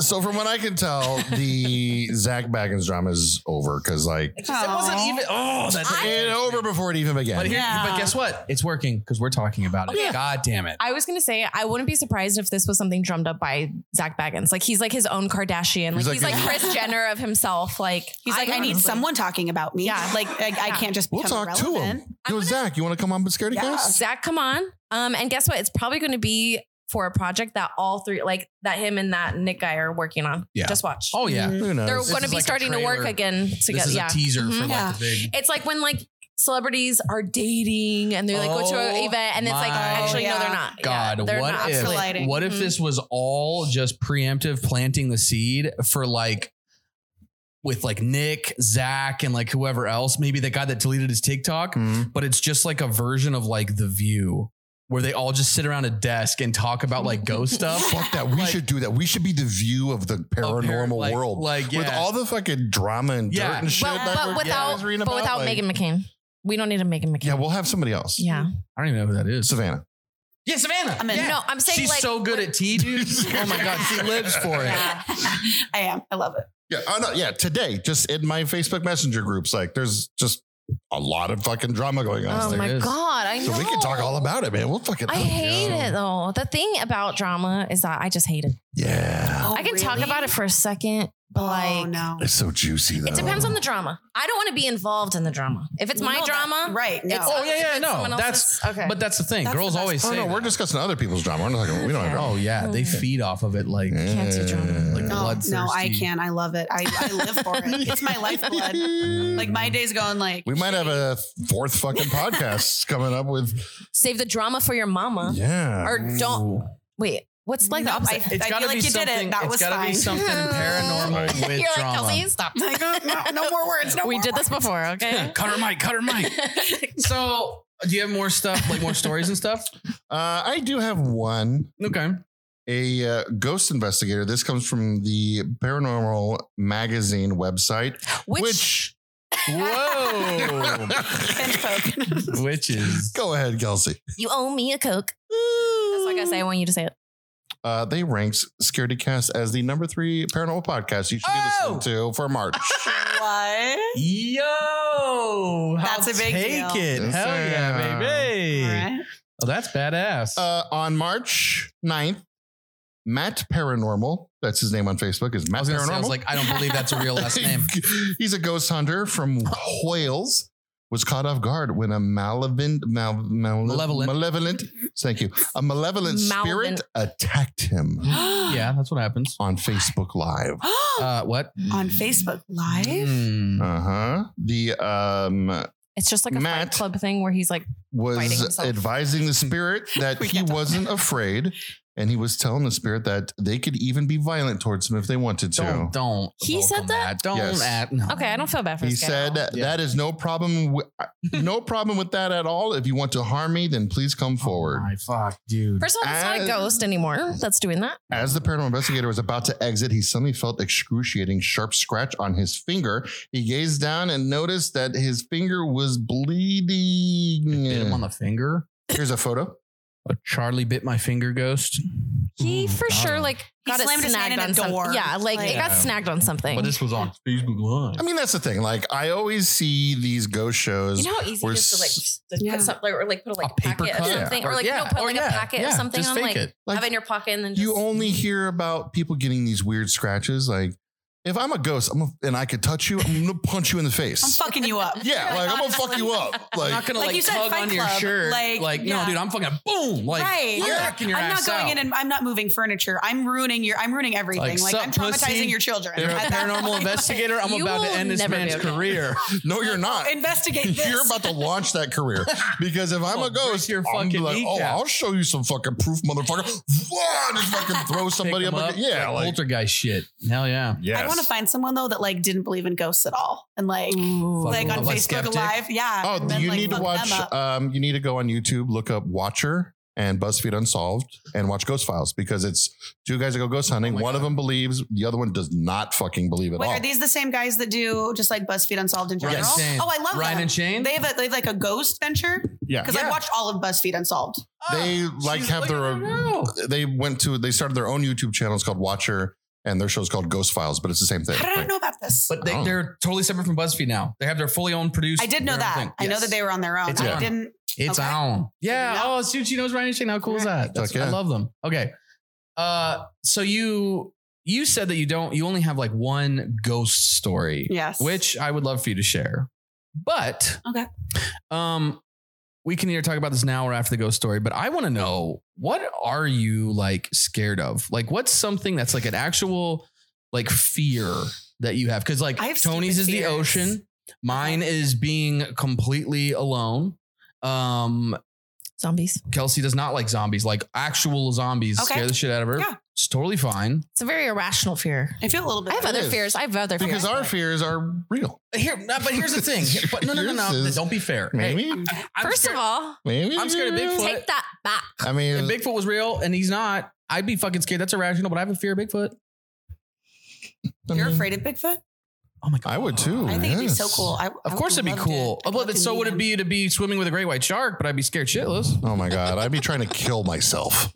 [SPEAKER 1] so from what I can tell, the Zach Baggins drama is over because like
[SPEAKER 3] It wasn't even. Oh, that's
[SPEAKER 1] it over before it even
[SPEAKER 3] But,
[SPEAKER 1] began.
[SPEAKER 3] here,
[SPEAKER 4] Yeah.
[SPEAKER 3] but guess what? It's working because we're talking about it.
[SPEAKER 2] Okay.
[SPEAKER 3] God damn it.
[SPEAKER 2] I was gonna say I wouldn't be surprised if this was something drummed up by Zach Baggins. Like he's like his own Kardashian. Like
[SPEAKER 1] He's
[SPEAKER 2] he's
[SPEAKER 1] like
[SPEAKER 2] like,
[SPEAKER 1] his-
[SPEAKER 2] Chris Jenner of himself. Like
[SPEAKER 4] He's like, I, need
[SPEAKER 2] honestly-
[SPEAKER 4] someone talking about me.
[SPEAKER 2] Yeah.
[SPEAKER 4] Like, I, I
[SPEAKER 2] Yeah.
[SPEAKER 4] can't just
[SPEAKER 1] We'll
[SPEAKER 4] become
[SPEAKER 1] talk to
[SPEAKER 4] irrelevant.
[SPEAKER 1] him. Yo,
[SPEAKER 2] wanna-
[SPEAKER 1] Zach, you want to come on Biscardi
[SPEAKER 4] Yeah.
[SPEAKER 1] Cast?
[SPEAKER 2] Zach, come on. Um, and guess what? It's probably going to be for a project that all three, like that him and that Nick guy are working on.
[SPEAKER 3] Yeah.
[SPEAKER 2] Just watch.
[SPEAKER 3] Oh, yeah.
[SPEAKER 4] Mhm.
[SPEAKER 1] Who knows?
[SPEAKER 2] They're
[SPEAKER 3] This
[SPEAKER 2] going to
[SPEAKER 3] is
[SPEAKER 2] be
[SPEAKER 3] like a
[SPEAKER 2] starting to
[SPEAKER 3] trailer.
[SPEAKER 2] work again Mm, together.
[SPEAKER 3] This is
[SPEAKER 2] yeah.
[SPEAKER 3] a teaser for
[SPEAKER 2] Mhm.
[SPEAKER 3] like
[SPEAKER 4] Yeah.
[SPEAKER 3] the big.
[SPEAKER 2] It's like when like celebrities are dating and they like go to an
[SPEAKER 3] Oh
[SPEAKER 2] event and it's like
[SPEAKER 3] my
[SPEAKER 2] actually no, they're not. Yeah,
[SPEAKER 3] God,
[SPEAKER 2] they're
[SPEAKER 3] what
[SPEAKER 2] not.
[SPEAKER 3] if-
[SPEAKER 2] Absolutely.
[SPEAKER 4] Lighting.
[SPEAKER 3] What if
[SPEAKER 2] Mhm.
[SPEAKER 3] this was all just preemptive planting the seed for like with like Nick, Zach, and like whoever else, maybe the guy that deleted his TikTok,
[SPEAKER 1] Mhm.
[SPEAKER 3] but it's just like a version of like The View where they all just sit around a desk and talk about like ghost stuff.
[SPEAKER 1] Fuck that. We
[SPEAKER 3] Like-
[SPEAKER 1] should do that. We should be the view of the paranormal
[SPEAKER 3] like-
[SPEAKER 1] world.
[SPEAKER 3] Like,
[SPEAKER 1] With
[SPEAKER 3] yeah.
[SPEAKER 1] all the fucking drama and dirt
[SPEAKER 3] Yeah.
[SPEAKER 1] and shit
[SPEAKER 2] But,
[SPEAKER 1] that
[SPEAKER 2] but
[SPEAKER 1] we're
[SPEAKER 2] without,
[SPEAKER 1] always reading
[SPEAKER 2] but
[SPEAKER 1] about,
[SPEAKER 2] without
[SPEAKER 1] like-
[SPEAKER 2] Megan McCain. We don't need a Megan McCain.
[SPEAKER 1] Yeah, we'll have somebody else.
[SPEAKER 2] yeah.
[SPEAKER 3] I don't even know who that is.
[SPEAKER 1] Savannah.
[SPEAKER 3] Yeah, Savannah.
[SPEAKER 4] I'm in.
[SPEAKER 3] Yeah.
[SPEAKER 2] No, I'm saying
[SPEAKER 3] She's
[SPEAKER 2] like
[SPEAKER 3] so good at tea, dude. oh my god, she lives for it.
[SPEAKER 2] Yeah.
[SPEAKER 4] I am. I love it.
[SPEAKER 1] Yeah. Oh no. Yeah. Today, just in my Facebook Messenger groups, like there's just a lot of fucking drama going on.
[SPEAKER 3] Yes,
[SPEAKER 2] oh
[SPEAKER 1] there.
[SPEAKER 2] my
[SPEAKER 3] is.
[SPEAKER 2] god, I
[SPEAKER 1] so
[SPEAKER 2] know.
[SPEAKER 1] we can talk all about it, man. We'll fucking.
[SPEAKER 2] I hate
[SPEAKER 3] know.
[SPEAKER 2] it though. The thing about drama is that I just hate it.
[SPEAKER 1] Yeah,
[SPEAKER 4] Oh,
[SPEAKER 2] I can talk
[SPEAKER 4] really?
[SPEAKER 2] about it for a second, but
[SPEAKER 4] Oh,
[SPEAKER 2] like
[SPEAKER 4] no.
[SPEAKER 1] it's so juicy. Though.
[SPEAKER 2] it depends on the drama. I don't want to be involved in the drama. If it's my
[SPEAKER 4] No, that-
[SPEAKER 2] drama,
[SPEAKER 4] right? No.
[SPEAKER 2] it's
[SPEAKER 3] Oh, yeah, yeah,
[SPEAKER 2] it's
[SPEAKER 3] no,
[SPEAKER 2] someone
[SPEAKER 3] that's-
[SPEAKER 2] else's- okay.
[SPEAKER 3] But that's the thing.
[SPEAKER 4] That's
[SPEAKER 3] Girls
[SPEAKER 4] the best
[SPEAKER 3] always
[SPEAKER 1] Oh
[SPEAKER 3] say.
[SPEAKER 1] no, we're
[SPEAKER 3] that.
[SPEAKER 1] discussing other people's drama. We're not talking. We don't. Have
[SPEAKER 3] Oh yeah, they
[SPEAKER 4] Mm.
[SPEAKER 3] feed off of it like.
[SPEAKER 2] Can't do drama.
[SPEAKER 3] Like
[SPEAKER 4] no,
[SPEAKER 3] bloodthirsty.
[SPEAKER 4] no, I can. I love it. I, I live for it. It's my lifeblood. Like my day's going like
[SPEAKER 1] We might have a fourth fucking podcast coming up with.
[SPEAKER 2] save the drama for your mama.
[SPEAKER 1] Yeah.
[SPEAKER 2] Or don't wait. What's like the
[SPEAKER 4] No,
[SPEAKER 2] opposite?
[SPEAKER 4] I feel like you did it.
[SPEAKER 3] something-
[SPEAKER 4] That
[SPEAKER 3] it's
[SPEAKER 4] was
[SPEAKER 3] gotta be
[SPEAKER 4] fine.
[SPEAKER 3] something paranormal with
[SPEAKER 2] You're
[SPEAKER 3] drama.
[SPEAKER 2] like Kelsey, stop.
[SPEAKER 4] Like, uh, no, no more words. No
[SPEAKER 2] we
[SPEAKER 4] more
[SPEAKER 2] did this before, okay?
[SPEAKER 3] cut her mic. Cut her mic. so, do you have more stuff, like more stories and stuff?
[SPEAKER 1] Uh, I do have one.
[SPEAKER 3] Okay.
[SPEAKER 1] a uh, ghost investigator. This comes from the Paranormal Magazine website,
[SPEAKER 2] Which,
[SPEAKER 1] which,
[SPEAKER 3] Whoa.
[SPEAKER 4] words. And Coke.
[SPEAKER 3] Witches.
[SPEAKER 1] go ahead, Kelsey.
[SPEAKER 2] you owe me a coke. That's like I say. I want you to say it.
[SPEAKER 1] Uh, they ranks Scaredy Cast as the number three paranormal podcast you should
[SPEAKER 3] Oh!
[SPEAKER 1] be listening to for March.
[SPEAKER 4] what?
[SPEAKER 3] Yo.
[SPEAKER 4] That's a big
[SPEAKER 3] take
[SPEAKER 4] deal.
[SPEAKER 3] it.
[SPEAKER 1] Yes,
[SPEAKER 3] Hell yeah,
[SPEAKER 1] sir.
[SPEAKER 3] baby.
[SPEAKER 4] All right.
[SPEAKER 3] Oh, that's badass.
[SPEAKER 1] uh, on March 9th, Matt Paranormal, that's his name on Facebook, is
[SPEAKER 3] I
[SPEAKER 1] Matt
[SPEAKER 3] was gonna
[SPEAKER 1] Paranormal.
[SPEAKER 3] say, I was like, I don't believe that's a real last name.
[SPEAKER 1] He's a ghost hunter from Wales. Was caught off guard when a malevolent, mal, mal-
[SPEAKER 3] Malevolent.
[SPEAKER 1] malevolent, thank you, a malevolent spirit
[SPEAKER 2] Malevolent.
[SPEAKER 1] attacked him
[SPEAKER 3] yeah, that's what happens.
[SPEAKER 1] on Facebook Live.
[SPEAKER 3] Uh, what?
[SPEAKER 4] On Facebook Live?
[SPEAKER 3] Hmm.
[SPEAKER 1] Uh huh. The um
[SPEAKER 2] It's just like a
[SPEAKER 1] Matt.
[SPEAKER 2] Fight Club thing where he's like, Fighting
[SPEAKER 1] was
[SPEAKER 2] himself.
[SPEAKER 1] advising the spirit that
[SPEAKER 4] We
[SPEAKER 1] he
[SPEAKER 4] can't talk.
[SPEAKER 1] wasn't afraid, and he was telling the spirit that they could even be violent towards him if they wanted to.
[SPEAKER 3] Don't don't.
[SPEAKER 2] He
[SPEAKER 3] evoke
[SPEAKER 2] said
[SPEAKER 3] on
[SPEAKER 2] that?
[SPEAKER 3] Don't
[SPEAKER 1] Yes.
[SPEAKER 3] add. No.
[SPEAKER 2] okay, I don't feel bad for
[SPEAKER 1] He
[SPEAKER 2] this guy at
[SPEAKER 1] said
[SPEAKER 2] all.
[SPEAKER 1] that
[SPEAKER 3] Yeah.
[SPEAKER 1] that is no problem, wi- no problem with that at all. If you want to harm me, then please come forward.
[SPEAKER 3] Oh my fuck, dude.
[SPEAKER 2] First of all, that's not a
[SPEAKER 1] As-
[SPEAKER 2] ghost anymore. That's doing that.
[SPEAKER 1] As the paranormal investigator was about to exit, he suddenly felt excruciating sharp scratch on his finger. He gazed down and noticed that his finger was bleeding.
[SPEAKER 3] Bit him on the finger.
[SPEAKER 1] Here's a photo.
[SPEAKER 3] A Charlie bit my finger ghost.
[SPEAKER 2] He
[SPEAKER 3] Ooh,
[SPEAKER 2] for
[SPEAKER 3] got
[SPEAKER 2] sure
[SPEAKER 3] him.
[SPEAKER 2] like
[SPEAKER 4] He
[SPEAKER 2] got
[SPEAKER 4] slammed
[SPEAKER 2] it
[SPEAKER 4] his hand
[SPEAKER 2] snagged
[SPEAKER 4] in a
[SPEAKER 2] on
[SPEAKER 4] door.
[SPEAKER 2] something. Yeah, like it
[SPEAKER 3] Like-
[SPEAKER 2] got snagged on something.
[SPEAKER 3] But this was on Facebook Live.
[SPEAKER 1] I mean, that's the thing. Like, I always see these ghost shows.
[SPEAKER 2] you know how easy
[SPEAKER 1] we're
[SPEAKER 2] it is to like,
[SPEAKER 1] s-
[SPEAKER 2] to put
[SPEAKER 4] Yeah.
[SPEAKER 2] some, like or like put like
[SPEAKER 3] a paper
[SPEAKER 2] packet
[SPEAKER 3] cut
[SPEAKER 2] or something, or like
[SPEAKER 3] yeah,
[SPEAKER 2] no, put
[SPEAKER 3] or
[SPEAKER 2] like
[SPEAKER 3] yeah,
[SPEAKER 2] a packet
[SPEAKER 3] yeah,
[SPEAKER 2] or something
[SPEAKER 3] Just
[SPEAKER 2] on
[SPEAKER 3] fake
[SPEAKER 2] like
[SPEAKER 3] it.
[SPEAKER 1] Like,
[SPEAKER 2] have it in your pocket and then just
[SPEAKER 1] you only hear about people getting these weird scratches. Like, if I'm a ghost I'm a, and I could touch you, I'm gonna punch you in the
[SPEAKER 4] I'm
[SPEAKER 1] face.
[SPEAKER 4] fucking you up.
[SPEAKER 1] yeah, like I'm gonna fuck you up.
[SPEAKER 3] I'm not
[SPEAKER 1] Like,
[SPEAKER 3] gonna
[SPEAKER 4] Like
[SPEAKER 3] like,
[SPEAKER 4] you said,
[SPEAKER 3] tug
[SPEAKER 4] Fight
[SPEAKER 3] on your
[SPEAKER 4] Club,
[SPEAKER 3] shirt.
[SPEAKER 4] like,
[SPEAKER 3] Like,
[SPEAKER 4] yeah.
[SPEAKER 3] no, dude, I'm fucking boom. Like,
[SPEAKER 4] right.
[SPEAKER 3] I'm
[SPEAKER 4] Yeah.
[SPEAKER 3] knocking your
[SPEAKER 4] I'm
[SPEAKER 3] ass
[SPEAKER 4] not going
[SPEAKER 3] out.
[SPEAKER 4] in and I'm not moving furniture. I'm ruining your I'm ruining everything. Like,
[SPEAKER 3] sup,
[SPEAKER 4] I'm traumatizing
[SPEAKER 3] pussy?
[SPEAKER 4] your children.
[SPEAKER 3] You're a
[SPEAKER 4] At that
[SPEAKER 3] paranormal
[SPEAKER 4] point.
[SPEAKER 3] investigator. I'm
[SPEAKER 2] You
[SPEAKER 3] about to
[SPEAKER 2] will
[SPEAKER 3] end this
[SPEAKER 2] never
[SPEAKER 3] man's
[SPEAKER 2] be okay.
[SPEAKER 3] career.
[SPEAKER 1] no, you're not.
[SPEAKER 4] Investigate this.
[SPEAKER 1] You're about to launch that career because if I'm
[SPEAKER 3] I'll
[SPEAKER 1] a
[SPEAKER 3] break
[SPEAKER 1] ghost,
[SPEAKER 3] your
[SPEAKER 1] I'm
[SPEAKER 3] fucking
[SPEAKER 1] like, oh,
[SPEAKER 3] kneecap."
[SPEAKER 1] I'll show you some fucking proof, motherfucker. Wah, just fucking throw somebody
[SPEAKER 3] Pick
[SPEAKER 1] up.
[SPEAKER 3] 'em
[SPEAKER 1] again. yeah,
[SPEAKER 3] like,
[SPEAKER 1] like,
[SPEAKER 3] poltergeist shit. Hell yeah.
[SPEAKER 1] yes.
[SPEAKER 4] I want to find someone though that like didn't believe in ghosts at all and like like
[SPEAKER 3] Fuck,
[SPEAKER 4] on
[SPEAKER 3] like
[SPEAKER 4] Facebook
[SPEAKER 3] skeptic?
[SPEAKER 4] Live. Yeah.
[SPEAKER 1] Oh,
[SPEAKER 4] and then,
[SPEAKER 1] you
[SPEAKER 4] like,
[SPEAKER 1] need to
[SPEAKER 4] fuck
[SPEAKER 1] watch.
[SPEAKER 4] them up.
[SPEAKER 1] Um, you need to go on YouTube, look up Watcher and BuzzFeed Unsolved, and watch Ghost Files because it's two guys that go ghost hunting.
[SPEAKER 3] Oh
[SPEAKER 1] One
[SPEAKER 3] my
[SPEAKER 1] of
[SPEAKER 3] God.
[SPEAKER 1] them believes, the other one does not fucking believe at
[SPEAKER 4] Wait,
[SPEAKER 1] all.
[SPEAKER 4] are these the same guys that do just like BuzzFeed Unsolved in general?
[SPEAKER 1] Yes.
[SPEAKER 3] Shane.
[SPEAKER 4] Oh, I love
[SPEAKER 3] Ryan
[SPEAKER 4] them.
[SPEAKER 3] and Shane.
[SPEAKER 4] They have, a, they have like a ghost venture
[SPEAKER 1] yeah,
[SPEAKER 4] because I
[SPEAKER 3] Yeah.
[SPEAKER 4] watched all of BuzzFeed Unsolved.
[SPEAKER 1] they like
[SPEAKER 3] she's
[SPEAKER 1] have
[SPEAKER 3] looking
[SPEAKER 1] their
[SPEAKER 3] at her now.
[SPEAKER 1] own. They went to. They started their own YouTube channel. It's called Watcher, and their show's called Ghost Files, but it's the same thing.
[SPEAKER 4] How did I
[SPEAKER 1] Like,
[SPEAKER 4] know about this?
[SPEAKER 3] But they,
[SPEAKER 1] Oh.
[SPEAKER 3] they're totally separate from BuzzFeed now. They have their fully own produced.
[SPEAKER 4] I did know
[SPEAKER 3] their own
[SPEAKER 4] that.
[SPEAKER 3] thing.
[SPEAKER 4] I know
[SPEAKER 3] Yes.
[SPEAKER 4] that they were on their own.
[SPEAKER 3] It's
[SPEAKER 4] I
[SPEAKER 3] on.
[SPEAKER 4] didn't.
[SPEAKER 3] It's
[SPEAKER 4] Okay.
[SPEAKER 3] on. Yeah.
[SPEAKER 4] Yeah.
[SPEAKER 3] Oh, shoot. She knows Ryan and Shane. How cool is that? That's,
[SPEAKER 1] Fuck yeah.
[SPEAKER 3] I love them. Okay. Uh, so you you said that you don't you only have like one ghost story,
[SPEAKER 4] Yes.
[SPEAKER 3] which I would love for you to share. But
[SPEAKER 4] Okay.
[SPEAKER 3] um, we can either talk about this now or after the ghost story. But I want to know what are you like scared of? Like, what's something that's like an actual like fear that you have? Because like
[SPEAKER 4] I have
[SPEAKER 3] Tony's
[SPEAKER 4] stupid
[SPEAKER 3] is the
[SPEAKER 4] fears.
[SPEAKER 3] ocean, mine is being completely alone. Um,
[SPEAKER 2] zombies.
[SPEAKER 3] Kelsey does not like zombies, like actual zombies
[SPEAKER 4] Okay.
[SPEAKER 3] scare the shit out of her.
[SPEAKER 4] Yeah.
[SPEAKER 3] It's totally fine.
[SPEAKER 2] It's a very irrational fear.
[SPEAKER 4] I feel a little bit.
[SPEAKER 2] I have
[SPEAKER 1] It
[SPEAKER 2] other
[SPEAKER 1] is.
[SPEAKER 2] fears. I have other fears.
[SPEAKER 1] because our fears are real.
[SPEAKER 3] Uh, Here, no, but here's the thing. But no, no, no, no.
[SPEAKER 1] Yours is-
[SPEAKER 3] Don't be fair.
[SPEAKER 1] Maybe,
[SPEAKER 3] I'm
[SPEAKER 2] First
[SPEAKER 3] scared-
[SPEAKER 2] of all,
[SPEAKER 1] maybe
[SPEAKER 3] I'm scared of Bigfoot.
[SPEAKER 2] take that back.
[SPEAKER 1] I mean,
[SPEAKER 3] if Bigfoot was real and he's not, I'd be fucking scared. That's irrational, but I have a fear of Bigfoot.
[SPEAKER 1] I
[SPEAKER 4] You're
[SPEAKER 1] mean,
[SPEAKER 4] afraid of Bigfoot?
[SPEAKER 3] Oh my god,
[SPEAKER 1] mm-hmm. I would too.
[SPEAKER 4] I think it'd be so
[SPEAKER 1] Yes.
[SPEAKER 4] cool. I,
[SPEAKER 3] Of course, it'd be cool. Well, but so would it be to be swimming with a great white shark? But I'd be scared shitless.
[SPEAKER 1] Oh my god, I'd be trying to kill myself.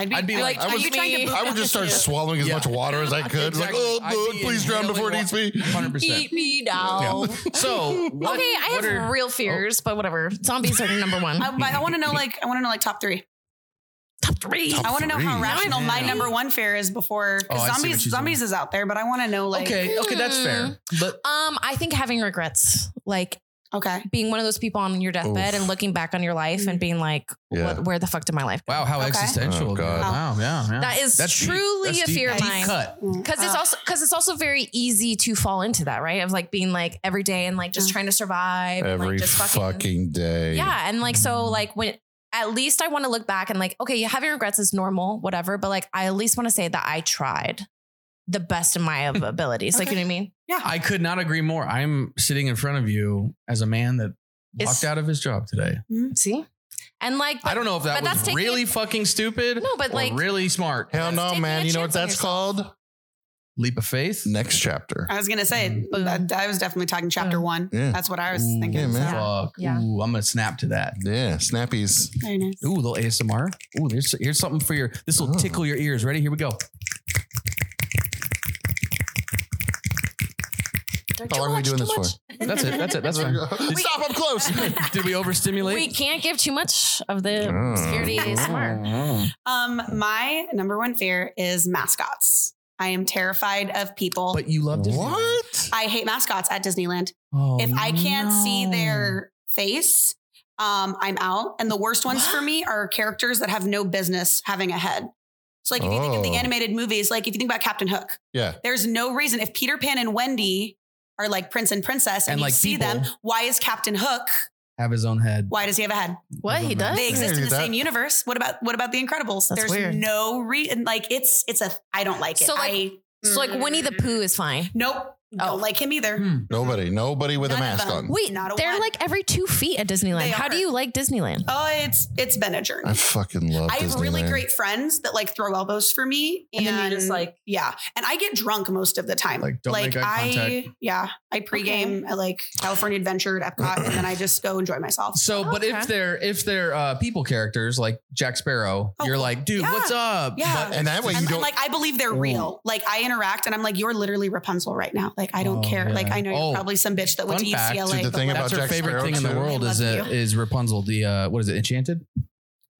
[SPEAKER 4] I'd be,
[SPEAKER 3] I'd be
[SPEAKER 4] I'd
[SPEAKER 3] like,
[SPEAKER 4] are
[SPEAKER 3] I
[SPEAKER 4] you
[SPEAKER 2] would-
[SPEAKER 4] trying to
[SPEAKER 2] me-
[SPEAKER 4] poop
[SPEAKER 1] I would just
[SPEAKER 4] out
[SPEAKER 1] start
[SPEAKER 4] the tube?
[SPEAKER 1] swallowing as
[SPEAKER 3] Yeah.
[SPEAKER 1] much water as I could. Like,
[SPEAKER 3] Exactly.
[SPEAKER 1] oh,
[SPEAKER 3] I'd
[SPEAKER 1] no,
[SPEAKER 3] be
[SPEAKER 1] please drown
[SPEAKER 3] inhaling
[SPEAKER 1] before it eats me.
[SPEAKER 3] Hundred percent.
[SPEAKER 2] Eat me now.
[SPEAKER 3] So what-
[SPEAKER 2] Okay, I have
[SPEAKER 3] what are-
[SPEAKER 2] real fears, but whatever. Zombies are number one.
[SPEAKER 4] I, but I want to know like I want to know like top three.
[SPEAKER 2] Top three.
[SPEAKER 1] Top
[SPEAKER 4] I want to know how
[SPEAKER 1] three.
[SPEAKER 4] rational my
[SPEAKER 3] Yeah.
[SPEAKER 4] number one fear is before
[SPEAKER 3] Oh, I
[SPEAKER 4] because
[SPEAKER 3] see what
[SPEAKER 4] zombies
[SPEAKER 3] you're
[SPEAKER 4] zombies is out there, but I want to know like okay
[SPEAKER 3] okay, okay, that's fair. But
[SPEAKER 2] Um, I think having regrets, like
[SPEAKER 4] okay
[SPEAKER 2] being one of those people on your deathbed
[SPEAKER 1] Oof.
[SPEAKER 2] and looking back on your life
[SPEAKER 4] Mm.
[SPEAKER 2] and being like,
[SPEAKER 1] Yeah.
[SPEAKER 2] what, where the fuck did my life go?
[SPEAKER 3] wow, how
[SPEAKER 4] Okay.
[SPEAKER 3] existential!
[SPEAKER 1] Oh, God.
[SPEAKER 3] Wow, yeah, yeah.
[SPEAKER 2] That is
[SPEAKER 3] deep.
[SPEAKER 2] truly
[SPEAKER 3] That's
[SPEAKER 2] a
[SPEAKER 3] deep.
[SPEAKER 2] fear of
[SPEAKER 3] Deep
[SPEAKER 2] mine.
[SPEAKER 3] Cut.
[SPEAKER 2] Cause
[SPEAKER 4] Uh,
[SPEAKER 2] it's also cause it's also very easy to fall into that, right? Of like being like every day and like just
[SPEAKER 4] Mm.
[SPEAKER 2] trying to survive. and,
[SPEAKER 1] Every
[SPEAKER 2] like just
[SPEAKER 1] fucking, day.
[SPEAKER 2] Yeah. And like so
[SPEAKER 4] Mm-hmm.
[SPEAKER 2] like when at least I want to look back and like, okay, having regrets is normal, whatever, but like I at least want to say that I tried the best of my
[SPEAKER 4] Mm.
[SPEAKER 2] abilities. Like you know what I mean?
[SPEAKER 3] I could not agree more. I'm sitting in front of you as a man that
[SPEAKER 2] It's-
[SPEAKER 3] walked out of his job today.
[SPEAKER 2] See? And like
[SPEAKER 3] I don't know if that
[SPEAKER 2] but that's
[SPEAKER 3] was
[SPEAKER 2] taking
[SPEAKER 3] really
[SPEAKER 2] it-
[SPEAKER 3] fucking stupid
[SPEAKER 2] no, but
[SPEAKER 3] or
[SPEAKER 2] like
[SPEAKER 3] really smart.
[SPEAKER 1] Hell
[SPEAKER 2] That's
[SPEAKER 1] no,
[SPEAKER 2] taking
[SPEAKER 1] man.
[SPEAKER 2] a
[SPEAKER 1] You know what
[SPEAKER 2] chance on
[SPEAKER 1] that's called?
[SPEAKER 3] Leap of faith.
[SPEAKER 1] Next chapter.
[SPEAKER 4] I was gonna say but that, I was definitely talking chapter
[SPEAKER 2] Mm.
[SPEAKER 4] one.
[SPEAKER 1] Yeah.
[SPEAKER 4] That's what I was
[SPEAKER 3] Mm, Ooh,
[SPEAKER 4] thinking.
[SPEAKER 1] yeah, man.
[SPEAKER 4] so-
[SPEAKER 3] Fuck.
[SPEAKER 2] Yeah.
[SPEAKER 3] Ooh, I'm gonna snap to that.
[SPEAKER 1] Yeah, snappies.
[SPEAKER 4] Very nice.
[SPEAKER 3] Ooh, little ASMR. Ooh, there's here's something for your. This will
[SPEAKER 1] Oh.
[SPEAKER 3] tickle your ears. Ready? Here we go.
[SPEAKER 2] they're
[SPEAKER 1] How
[SPEAKER 2] too
[SPEAKER 1] long are we
[SPEAKER 2] much,
[SPEAKER 1] doing
[SPEAKER 2] too
[SPEAKER 1] this for?
[SPEAKER 2] much.
[SPEAKER 3] That's it. That's it. That's fine.
[SPEAKER 1] Stop, I'm close.
[SPEAKER 3] Did we overstimulate?
[SPEAKER 2] We can't give too much of the
[SPEAKER 1] Oh.
[SPEAKER 2] security ASMR.
[SPEAKER 3] Mm.
[SPEAKER 4] Um, my number one fear is mascots. I am terrified of people.
[SPEAKER 3] But you loved it.
[SPEAKER 1] What?
[SPEAKER 4] I hate mascots at Disneyland.
[SPEAKER 3] Oh,
[SPEAKER 4] if I can't see
[SPEAKER 3] no.
[SPEAKER 4] their face, um, I'm out. And the worst ones for me are characters that have no business having a head. So, like, if you think of the
[SPEAKER 1] Oh.
[SPEAKER 4] animated movies, like if you think about Captain Hook,
[SPEAKER 1] Yeah.
[SPEAKER 4] there's no reason if Peter Pan and Wendy are like prince and princess, and,
[SPEAKER 3] And,
[SPEAKER 4] you
[SPEAKER 3] like,
[SPEAKER 4] see
[SPEAKER 3] people-
[SPEAKER 4] them, why is Captain Hook?
[SPEAKER 3] have his own head.
[SPEAKER 4] Why does he have a head?
[SPEAKER 2] What he does?
[SPEAKER 4] They exist
[SPEAKER 1] Yeah,
[SPEAKER 4] in the
[SPEAKER 1] that-
[SPEAKER 4] same universe. What about what about the Incredibles?
[SPEAKER 2] That's
[SPEAKER 4] there's
[SPEAKER 2] weird.
[SPEAKER 4] no reason. Like, it's it's a I don't like it.
[SPEAKER 2] So, like-
[SPEAKER 4] I,
[SPEAKER 2] So like Winnie the Pooh is fine.
[SPEAKER 4] Nope,
[SPEAKER 2] Oh.
[SPEAKER 4] don't like him either.
[SPEAKER 3] Hmm.
[SPEAKER 1] Nobody. Nobody with a
[SPEAKER 4] None of
[SPEAKER 1] mask
[SPEAKER 4] them.
[SPEAKER 1] on.
[SPEAKER 2] Wait,
[SPEAKER 4] Not a
[SPEAKER 2] they're
[SPEAKER 4] one.
[SPEAKER 2] like every two feet at Disneyland.
[SPEAKER 4] They
[SPEAKER 2] How
[SPEAKER 4] are.
[SPEAKER 2] do you like Disneyland?
[SPEAKER 4] Oh, it's it's been a journey.
[SPEAKER 1] I fucking love
[SPEAKER 4] I have
[SPEAKER 1] Disneyland.
[SPEAKER 4] really great friends that like throw elbows for me, and,
[SPEAKER 2] And then you're just like-
[SPEAKER 4] yeah. And I get drunk most of the time.
[SPEAKER 3] Like, don't make eye
[SPEAKER 4] I,
[SPEAKER 3] contact.
[SPEAKER 4] yeah, I pregame at like California Adventure at Epcot, and then I just go enjoy myself.
[SPEAKER 3] So, but
[SPEAKER 2] Okay.
[SPEAKER 3] if they're if they're uh, people characters like Jack Sparrow,
[SPEAKER 4] Oh,
[SPEAKER 3] you're
[SPEAKER 4] cool.
[SPEAKER 3] like, dude,
[SPEAKER 4] Yeah.
[SPEAKER 3] what's up?
[SPEAKER 4] Yeah.
[SPEAKER 3] But-
[SPEAKER 1] And that way
[SPEAKER 4] And,
[SPEAKER 1] you
[SPEAKER 4] and,
[SPEAKER 1] don't.
[SPEAKER 4] like I believe
[SPEAKER 3] Oh.
[SPEAKER 4] they're
[SPEAKER 1] Ooh.
[SPEAKER 4] real. Like I interact, and I'm like, you're literally Rapunzel right now. Like I don't
[SPEAKER 3] Oh,
[SPEAKER 4] care.
[SPEAKER 3] yeah.
[SPEAKER 4] Like I know
[SPEAKER 3] Oh.
[SPEAKER 4] you're probably some bitch that went
[SPEAKER 3] Fun
[SPEAKER 4] to
[SPEAKER 3] fact,
[SPEAKER 4] UCLA.
[SPEAKER 1] the
[SPEAKER 4] but
[SPEAKER 1] thing
[SPEAKER 4] whatever.
[SPEAKER 1] about
[SPEAKER 3] That's her
[SPEAKER 1] Jack
[SPEAKER 3] favorite
[SPEAKER 1] Sparrow,
[SPEAKER 3] thing in the
[SPEAKER 1] too.
[SPEAKER 3] world is
[SPEAKER 4] I
[SPEAKER 3] a,
[SPEAKER 4] love you.
[SPEAKER 3] is Rapunzel. The uh, what is it? Enchanted?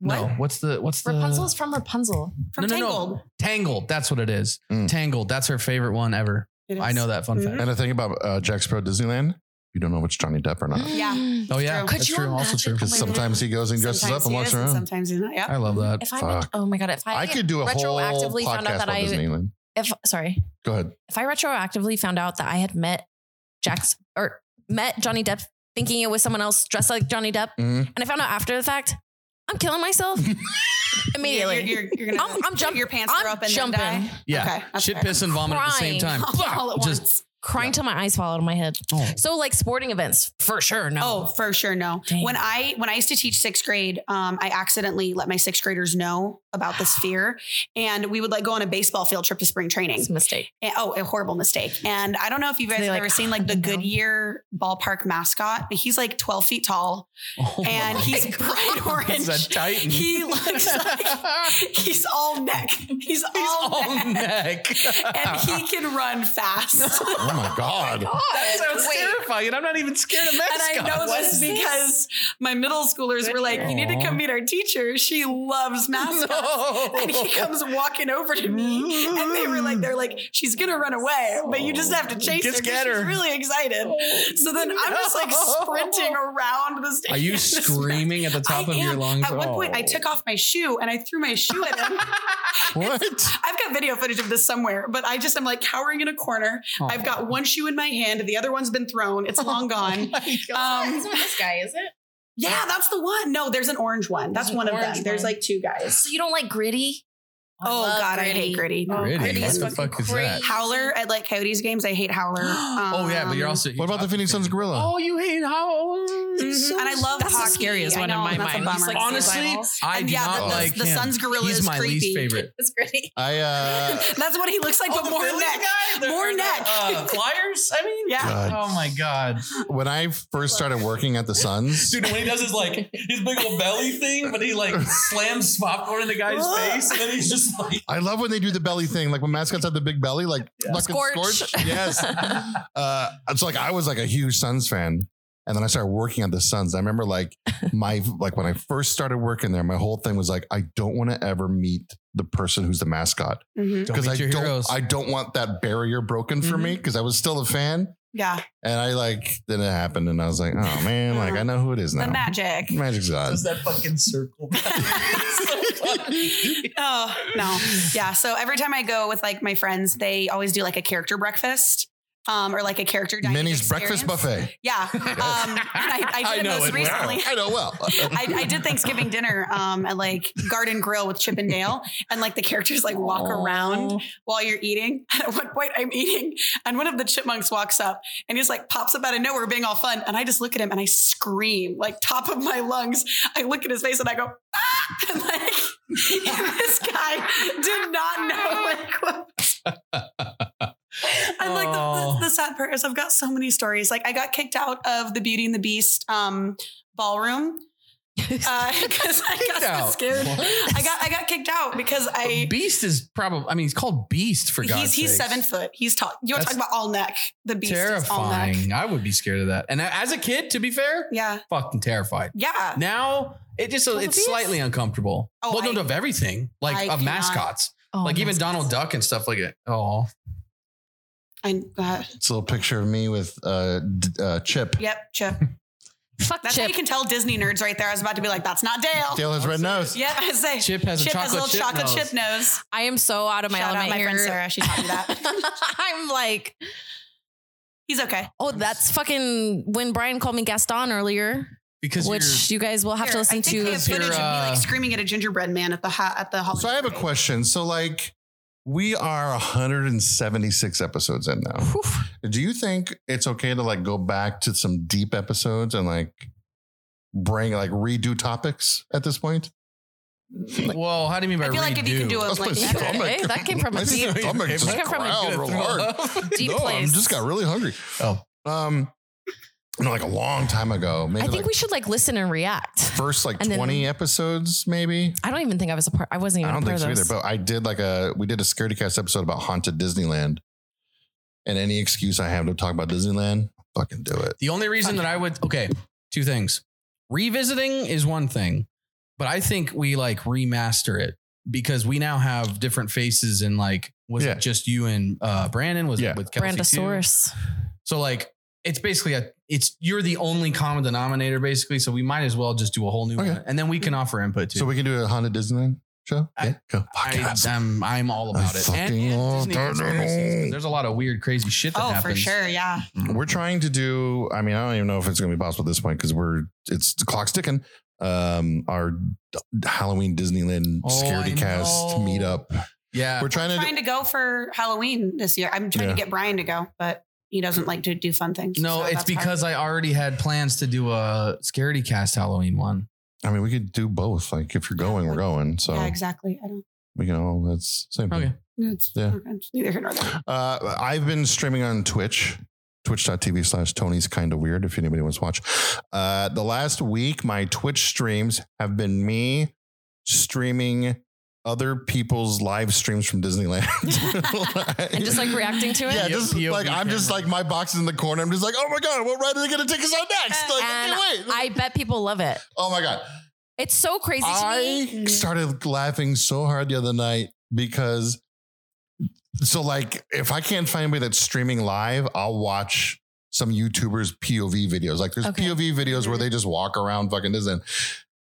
[SPEAKER 3] No. What's the what's the
[SPEAKER 2] Rapunzel's from Rapunzel.
[SPEAKER 4] from
[SPEAKER 3] no, no, no.
[SPEAKER 4] Tangled,
[SPEAKER 3] Tangled? That's what it is.
[SPEAKER 1] Mm.
[SPEAKER 3] Tangled. That's her favorite one ever.
[SPEAKER 4] It is.
[SPEAKER 3] I know that fun
[SPEAKER 4] Mhm.
[SPEAKER 2] Mm-hmm.
[SPEAKER 3] fact.
[SPEAKER 1] and the thing about uh, Jack Sparrow Disneyland, you don't know if it's Johnny Depp or not.
[SPEAKER 4] Yeah.
[SPEAKER 3] Oh yeah,
[SPEAKER 4] True.
[SPEAKER 2] Could
[SPEAKER 3] that's
[SPEAKER 2] you
[SPEAKER 3] true. Also
[SPEAKER 2] imagine?
[SPEAKER 3] true.
[SPEAKER 1] Because
[SPEAKER 2] Mm-hmm. Oh my
[SPEAKER 1] sometimes he goes and dresses
[SPEAKER 4] Sometimes
[SPEAKER 1] up and
[SPEAKER 4] he
[SPEAKER 1] walks
[SPEAKER 4] is, and
[SPEAKER 1] around.
[SPEAKER 4] sometimes he's not. Yeah.
[SPEAKER 3] I love that.
[SPEAKER 2] If I
[SPEAKER 1] Fuck.
[SPEAKER 2] oh my god, if I,
[SPEAKER 1] I could do a whole
[SPEAKER 2] retroactively
[SPEAKER 1] podcast
[SPEAKER 2] found out that
[SPEAKER 1] about
[SPEAKER 2] I
[SPEAKER 1] Disneyland.
[SPEAKER 2] if sorry
[SPEAKER 1] Go ahead.
[SPEAKER 2] if I retroactively found out that I had met Jack's or met Johnny Depp thinking it was someone else dressed like Johnny Depp,
[SPEAKER 1] Mhm.
[SPEAKER 2] and I found out after the fact, I'm killing myself immediately.
[SPEAKER 4] You're, you're, you're gonna.
[SPEAKER 2] I'm- I'm jump-
[SPEAKER 4] Your pants
[SPEAKER 2] I'm
[SPEAKER 4] throw up and
[SPEAKER 2] jumping,
[SPEAKER 4] Then die.
[SPEAKER 3] Yeah.
[SPEAKER 4] Okay, that's
[SPEAKER 3] Shit,
[SPEAKER 4] fair.
[SPEAKER 3] piss, and vomit at the same time.
[SPEAKER 2] Crying.
[SPEAKER 4] all at
[SPEAKER 3] Just-
[SPEAKER 4] once.
[SPEAKER 2] crying till my eyes fall out of my head.
[SPEAKER 3] Oh.
[SPEAKER 2] So like sporting events for sure. No.
[SPEAKER 4] Oh, for sure, no.
[SPEAKER 2] Dang.
[SPEAKER 4] When I when I used to teach sixth grade, um, I accidentally let my sixth graders know about this fear, and we would like go on a baseball field trip to spring training.
[SPEAKER 2] it's a mistake.
[SPEAKER 4] And- oh, a horrible mistake! And I don't know if you guys
[SPEAKER 2] They,
[SPEAKER 4] have
[SPEAKER 2] like,
[SPEAKER 4] ever seen like the
[SPEAKER 2] no.
[SPEAKER 4] Goodyear ballpark mascot, but he's like twelve feet tall
[SPEAKER 3] Oh
[SPEAKER 4] and
[SPEAKER 3] my
[SPEAKER 4] he's
[SPEAKER 3] God.
[SPEAKER 4] bright orange.
[SPEAKER 3] He's a titan.
[SPEAKER 4] He looks like he's all neck. He's,
[SPEAKER 3] He's
[SPEAKER 4] all,
[SPEAKER 3] all
[SPEAKER 4] neck.
[SPEAKER 3] neck.
[SPEAKER 4] Oh, and he can run fast.
[SPEAKER 1] Oh my God.
[SPEAKER 3] That sounds
[SPEAKER 4] Wait.
[SPEAKER 3] terrifying, and I'm not even scared of mascots.
[SPEAKER 4] And I know
[SPEAKER 2] What
[SPEAKER 4] this
[SPEAKER 2] is this?
[SPEAKER 4] because my middle schoolers were like, "You need to
[SPEAKER 3] Aw.
[SPEAKER 4] come meet our teacher. She loves mascots."
[SPEAKER 3] No.
[SPEAKER 4] And he comes walking over to me, and they were like, "They're like, she's gonna run away, but you just have to chase
[SPEAKER 3] Just
[SPEAKER 4] her. 'cause
[SPEAKER 3] get her.
[SPEAKER 4] She's really excited." So then I'm just like
[SPEAKER 3] No.
[SPEAKER 4] sprinting around the stage.
[SPEAKER 3] Are you screaming at the top of your lungs? Oh.
[SPEAKER 4] At one point, I took off my shoe and I threw my shoe at him.
[SPEAKER 1] What?
[SPEAKER 4] I've got video footage of this somewhere, but I just am like cowering in a corner.
[SPEAKER 3] Oh.
[SPEAKER 4] I've got one shoe in my hand, the other one's been thrown. It's long
[SPEAKER 1] Oh
[SPEAKER 4] gone. Um,
[SPEAKER 2] this guy is it?
[SPEAKER 4] yeah, that's the one. No, there's an orange one. That's
[SPEAKER 2] There's an
[SPEAKER 4] one of them.
[SPEAKER 2] orange
[SPEAKER 4] There's
[SPEAKER 2] one.
[SPEAKER 4] like two guys.
[SPEAKER 2] So you don't like gritty? I
[SPEAKER 4] Oh
[SPEAKER 2] love
[SPEAKER 4] god, I hate gritty. No.
[SPEAKER 3] Gritty?
[SPEAKER 4] Gritty
[SPEAKER 3] What
[SPEAKER 4] is
[SPEAKER 3] the
[SPEAKER 4] fucking-
[SPEAKER 3] fuck is that?
[SPEAKER 4] Howler at like Coyotes games. I hate Howler.
[SPEAKER 3] oh yeah, but you're
[SPEAKER 4] Um,
[SPEAKER 3] also.
[SPEAKER 1] What about the Phoenix Suns gorilla?
[SPEAKER 3] Oh, you hate how?
[SPEAKER 4] mhm. And I love
[SPEAKER 2] That's
[SPEAKER 4] hockey.
[SPEAKER 2] the scariest
[SPEAKER 4] I
[SPEAKER 2] one
[SPEAKER 4] know,
[SPEAKER 2] in my
[SPEAKER 4] that's a
[SPEAKER 2] mind. He's
[SPEAKER 4] bummer.
[SPEAKER 2] like
[SPEAKER 3] Honestly,
[SPEAKER 2] suicidal.
[SPEAKER 3] I
[SPEAKER 4] And
[SPEAKER 3] do
[SPEAKER 4] yeah,
[SPEAKER 3] not
[SPEAKER 4] the,
[SPEAKER 3] like
[SPEAKER 4] the, the
[SPEAKER 3] him.
[SPEAKER 4] Sun's gorilla
[SPEAKER 3] He's
[SPEAKER 4] is
[SPEAKER 3] my
[SPEAKER 4] creepy.
[SPEAKER 3] least favorite.
[SPEAKER 2] It's gritty.
[SPEAKER 1] I uh
[SPEAKER 4] That's what he looks like,
[SPEAKER 3] Oh,
[SPEAKER 4] but more
[SPEAKER 3] Philly
[SPEAKER 4] neck.
[SPEAKER 3] There
[SPEAKER 4] More
[SPEAKER 3] are the,
[SPEAKER 4] neck.
[SPEAKER 3] uh, flyers. I mean,
[SPEAKER 4] Yeah.
[SPEAKER 1] God.
[SPEAKER 3] Oh my god,
[SPEAKER 1] When I first started working at the Suns,
[SPEAKER 3] dude! When he does his like his big old belly thing, but he like slams popcorn in the guy's face, and then he's just like,
[SPEAKER 1] I love when they do the belly thing. Like when mascots have the big belly, like fucking
[SPEAKER 2] Scorch.
[SPEAKER 1] scorch. Yes. uh, it's like I was like a huge Suns fan. And then I started working at the Suns. I remember like my like when I first started working there, my whole thing was like, I don't want to ever meet the person who's the mascot.
[SPEAKER 4] Mhm.
[SPEAKER 1] Because I
[SPEAKER 3] meet your
[SPEAKER 1] don't
[SPEAKER 3] heroes. Mm-hmm.
[SPEAKER 1] I don't want that barrier broken for me because I was still a fan.
[SPEAKER 4] Yeah.
[SPEAKER 1] And I like then it happened and I was like, oh man, like I know who it is
[SPEAKER 4] The
[SPEAKER 1] now.
[SPEAKER 4] magic.
[SPEAKER 1] Magic's gone.
[SPEAKER 3] does that fucking circle?
[SPEAKER 4] Oh, no. Yeah. So every time I go with like my friends, they always do like a character breakfast um, or like a character dining.
[SPEAKER 1] Minnie's
[SPEAKER 4] experience.
[SPEAKER 1] breakfast buffet.
[SPEAKER 4] Yeah. Um, and I, I did it most recently.
[SPEAKER 1] I know well.
[SPEAKER 4] I, I did Thanksgiving dinner um, at like Garden Grill with Chip and Dale, and like the characters like walk around while you're eating. And at one point, I'm eating, and one of the chipmunks walks up and he's like pops up out of nowhere, being all fun. And I just look at him and I scream like top of my lungs. I look at his face and I go, ah! and like this guy did not know like what. I'm like the,
[SPEAKER 3] Oh.
[SPEAKER 4] the, the sad part is I've got so many stories. Like I got kicked out of the Beauty and the Beast um, ballroom Uh, because I got so scared. I got I got kicked out because I
[SPEAKER 3] Beast is probably. I mean, he's called Beast for God's
[SPEAKER 4] he's he's
[SPEAKER 3] sakes.
[SPEAKER 4] seven foot. He's tall. You want
[SPEAKER 3] That's
[SPEAKER 4] to talk about all neck? The beast is all neck.
[SPEAKER 3] Terrifying. I would be scared of that. And as a kid, to be fair,
[SPEAKER 4] Yeah,
[SPEAKER 3] fucking terrified.
[SPEAKER 4] yeah.
[SPEAKER 3] Now it just
[SPEAKER 2] Well, the
[SPEAKER 3] it's
[SPEAKER 2] bees-
[SPEAKER 3] slightly uncomfortable.
[SPEAKER 4] Oh,
[SPEAKER 3] well, no,
[SPEAKER 4] I-
[SPEAKER 3] of everything like
[SPEAKER 4] I
[SPEAKER 3] of
[SPEAKER 4] cannot.
[SPEAKER 3] mascots,
[SPEAKER 2] Oh,
[SPEAKER 3] like even Donald Duck and stuff like it. Oh,
[SPEAKER 4] I uh,
[SPEAKER 1] It's a little picture of me with uh, d- uh, Chip.
[SPEAKER 4] yep, Chip.
[SPEAKER 2] Fuck
[SPEAKER 4] That's how
[SPEAKER 2] Chip.
[SPEAKER 4] you can tell Disney nerds right there. I was about to be like, that's not Dale.
[SPEAKER 1] Dale has red nose.
[SPEAKER 4] Yep, I say. Chip.
[SPEAKER 3] Chip has a
[SPEAKER 4] has a
[SPEAKER 3] chocolate
[SPEAKER 4] little
[SPEAKER 3] chip
[SPEAKER 4] chocolate
[SPEAKER 3] nose.
[SPEAKER 4] chip nose.
[SPEAKER 2] I am so out of my
[SPEAKER 4] Shout out
[SPEAKER 2] element
[SPEAKER 4] my
[SPEAKER 2] here.
[SPEAKER 4] friend Sarah. She taught me that.
[SPEAKER 2] I'm like,
[SPEAKER 4] He's okay.
[SPEAKER 2] oh, that's fucking when Brian called me Gaston earlier,
[SPEAKER 3] because
[SPEAKER 2] which
[SPEAKER 3] you're,
[SPEAKER 2] you guys will have to
[SPEAKER 4] Here,
[SPEAKER 2] listen
[SPEAKER 4] I think
[SPEAKER 2] to.
[SPEAKER 4] they have footage of me
[SPEAKER 3] Your, uh,
[SPEAKER 4] like screaming at a gingerbread man at the ho- at the holiday.
[SPEAKER 1] So I have a
[SPEAKER 4] parade.
[SPEAKER 1] question. So like we are 176 episodes in now.
[SPEAKER 2] Whew.
[SPEAKER 1] Do you think it's okay to like go back to some deep episodes and like bring like redo topics at this point?
[SPEAKER 3] well, how do you mean by
[SPEAKER 4] I feel like if you can do
[SPEAKER 1] I
[SPEAKER 4] a
[SPEAKER 1] was
[SPEAKER 4] like
[SPEAKER 1] supposed to say,
[SPEAKER 4] epic-
[SPEAKER 1] I'm like-
[SPEAKER 2] Hey, that came from a
[SPEAKER 1] my
[SPEAKER 2] deep-
[SPEAKER 1] stomach just
[SPEAKER 2] came from a
[SPEAKER 1] growled real hard.
[SPEAKER 2] deep
[SPEAKER 1] no,
[SPEAKER 2] place.
[SPEAKER 1] I just got really hungry.
[SPEAKER 3] Oh.
[SPEAKER 1] Um, no, like a long time ago, maybe
[SPEAKER 2] I think
[SPEAKER 1] like
[SPEAKER 2] we should like listen and react.
[SPEAKER 1] first like
[SPEAKER 2] and then-
[SPEAKER 1] 20 episodes, maybe.
[SPEAKER 2] I don't even think I was a part. I wasn't even
[SPEAKER 1] I don't
[SPEAKER 2] a
[SPEAKER 1] think
[SPEAKER 2] part
[SPEAKER 1] so
[SPEAKER 2] of
[SPEAKER 1] either.
[SPEAKER 2] this.
[SPEAKER 1] But I did like a we did a scaredy cast episode about haunted Disneyland. And any excuse I have to talk about Disneyland, fucking do it.
[SPEAKER 3] The only reason that I would okay, two things. Revisiting is one thing, but I think we like remaster it because we now have different faces and like was
[SPEAKER 1] Yeah.
[SPEAKER 3] it just you and uh Brandon was
[SPEAKER 1] Yeah.
[SPEAKER 3] it with Kelsey too?
[SPEAKER 2] Brandosaurus.
[SPEAKER 3] So like it's basically a it's you're the only common denominator basically. So we might as well just do a whole new
[SPEAKER 1] Okay.
[SPEAKER 3] one, and then we can offer input too.
[SPEAKER 1] So we can do a haunted Disneyland show.
[SPEAKER 3] I-
[SPEAKER 1] yeah, go. Fuck
[SPEAKER 3] I,
[SPEAKER 1] yes.
[SPEAKER 3] I'm I'm all about
[SPEAKER 1] I
[SPEAKER 3] it.
[SPEAKER 1] fucking love
[SPEAKER 3] Disney
[SPEAKER 1] that.
[SPEAKER 3] conspiracies, 'cause there's a lot of weird, crazy shit that
[SPEAKER 4] Oh,
[SPEAKER 3] happens.
[SPEAKER 4] for sure. Yeah.
[SPEAKER 1] we're trying to do. I mean, I don't even know if it's going to be possible at this point because we're it's the clock's ticking. Um, our d- Halloween Disneyland
[SPEAKER 3] Oh, I
[SPEAKER 1] scaredy cast
[SPEAKER 3] know.
[SPEAKER 1] meetup.
[SPEAKER 3] Yeah,
[SPEAKER 1] We're trying to.
[SPEAKER 4] trying to go for Halloween this year. I'm trying
[SPEAKER 1] Yeah.
[SPEAKER 4] to get Brian to go, but he doesn't like to do fun things.
[SPEAKER 3] No,
[SPEAKER 4] so
[SPEAKER 3] it's
[SPEAKER 4] that's
[SPEAKER 3] because I already had plans to do a Scaredy Cast Halloween one.
[SPEAKER 1] I mean, we could do both. Like, if you're going, we're going. So
[SPEAKER 4] hard. yeah, exactly. I don't.
[SPEAKER 1] we can all. That's same thing.
[SPEAKER 3] Okay.
[SPEAKER 4] It's
[SPEAKER 1] Yeah.
[SPEAKER 4] it's neither here nor there.
[SPEAKER 1] Uh, I've been streaming on Twitch, twitch.tv slash Tony's kind of weird. If anybody wants to watch, uh, the last week, my Twitch streams have been me streaming other people's live streams from Disneyland
[SPEAKER 2] And just like reacting to it.
[SPEAKER 1] Yeah,
[SPEAKER 3] P-
[SPEAKER 1] just
[SPEAKER 3] POV
[SPEAKER 1] like I'm just
[SPEAKER 3] camera.
[SPEAKER 1] like my box is in the corner. I'm just like, oh my god, what ride are they going to take us on next? Like, I
[SPEAKER 2] And
[SPEAKER 1] can't wait.
[SPEAKER 2] I bet people love it.
[SPEAKER 1] oh my god,
[SPEAKER 2] It's so crazy to me.
[SPEAKER 1] I started laughing so hard the other night because so like if I can't find anybody that's streaming live, I'll watch some YouTubers POV videos. Like there's
[SPEAKER 2] Okay.
[SPEAKER 1] POV videos where they just walk around fucking Disneyland.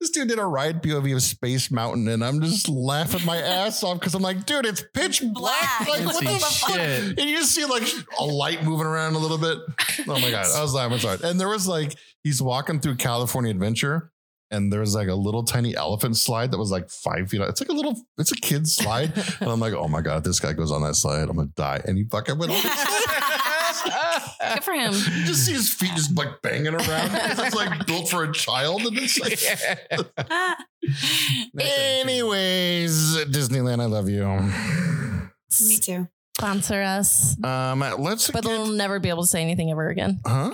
[SPEAKER 1] This dude did a ride POV of Space Mountain, and I'm just laughing my ass off because I'm like, dude, it's pitch black.
[SPEAKER 4] Black.
[SPEAKER 1] Like, what
[SPEAKER 3] Fancy
[SPEAKER 1] the fuck?
[SPEAKER 3] shit.
[SPEAKER 1] And you just see like a light moving around a little bit. Oh my god, I was laughing so hard. And there was like he's walking through California Adventure, and there was like a little tiny elephant slide that was like five feet. out. It's like a little, it's a kid's slide, and I'm like, oh my god, if this guy goes on that slide, I'm gonna die. And he fucking went. on the slide.
[SPEAKER 2] Good for him.
[SPEAKER 1] You just see his feet just like banging around. It's like built for a child, and it's like.
[SPEAKER 4] Ah,
[SPEAKER 1] Anyways, Disneyland, I love you.
[SPEAKER 4] me too.
[SPEAKER 2] Sponsor us.
[SPEAKER 1] Um, let's
[SPEAKER 2] But
[SPEAKER 1] get-
[SPEAKER 2] they'll never be able to say anything ever again.
[SPEAKER 1] huh?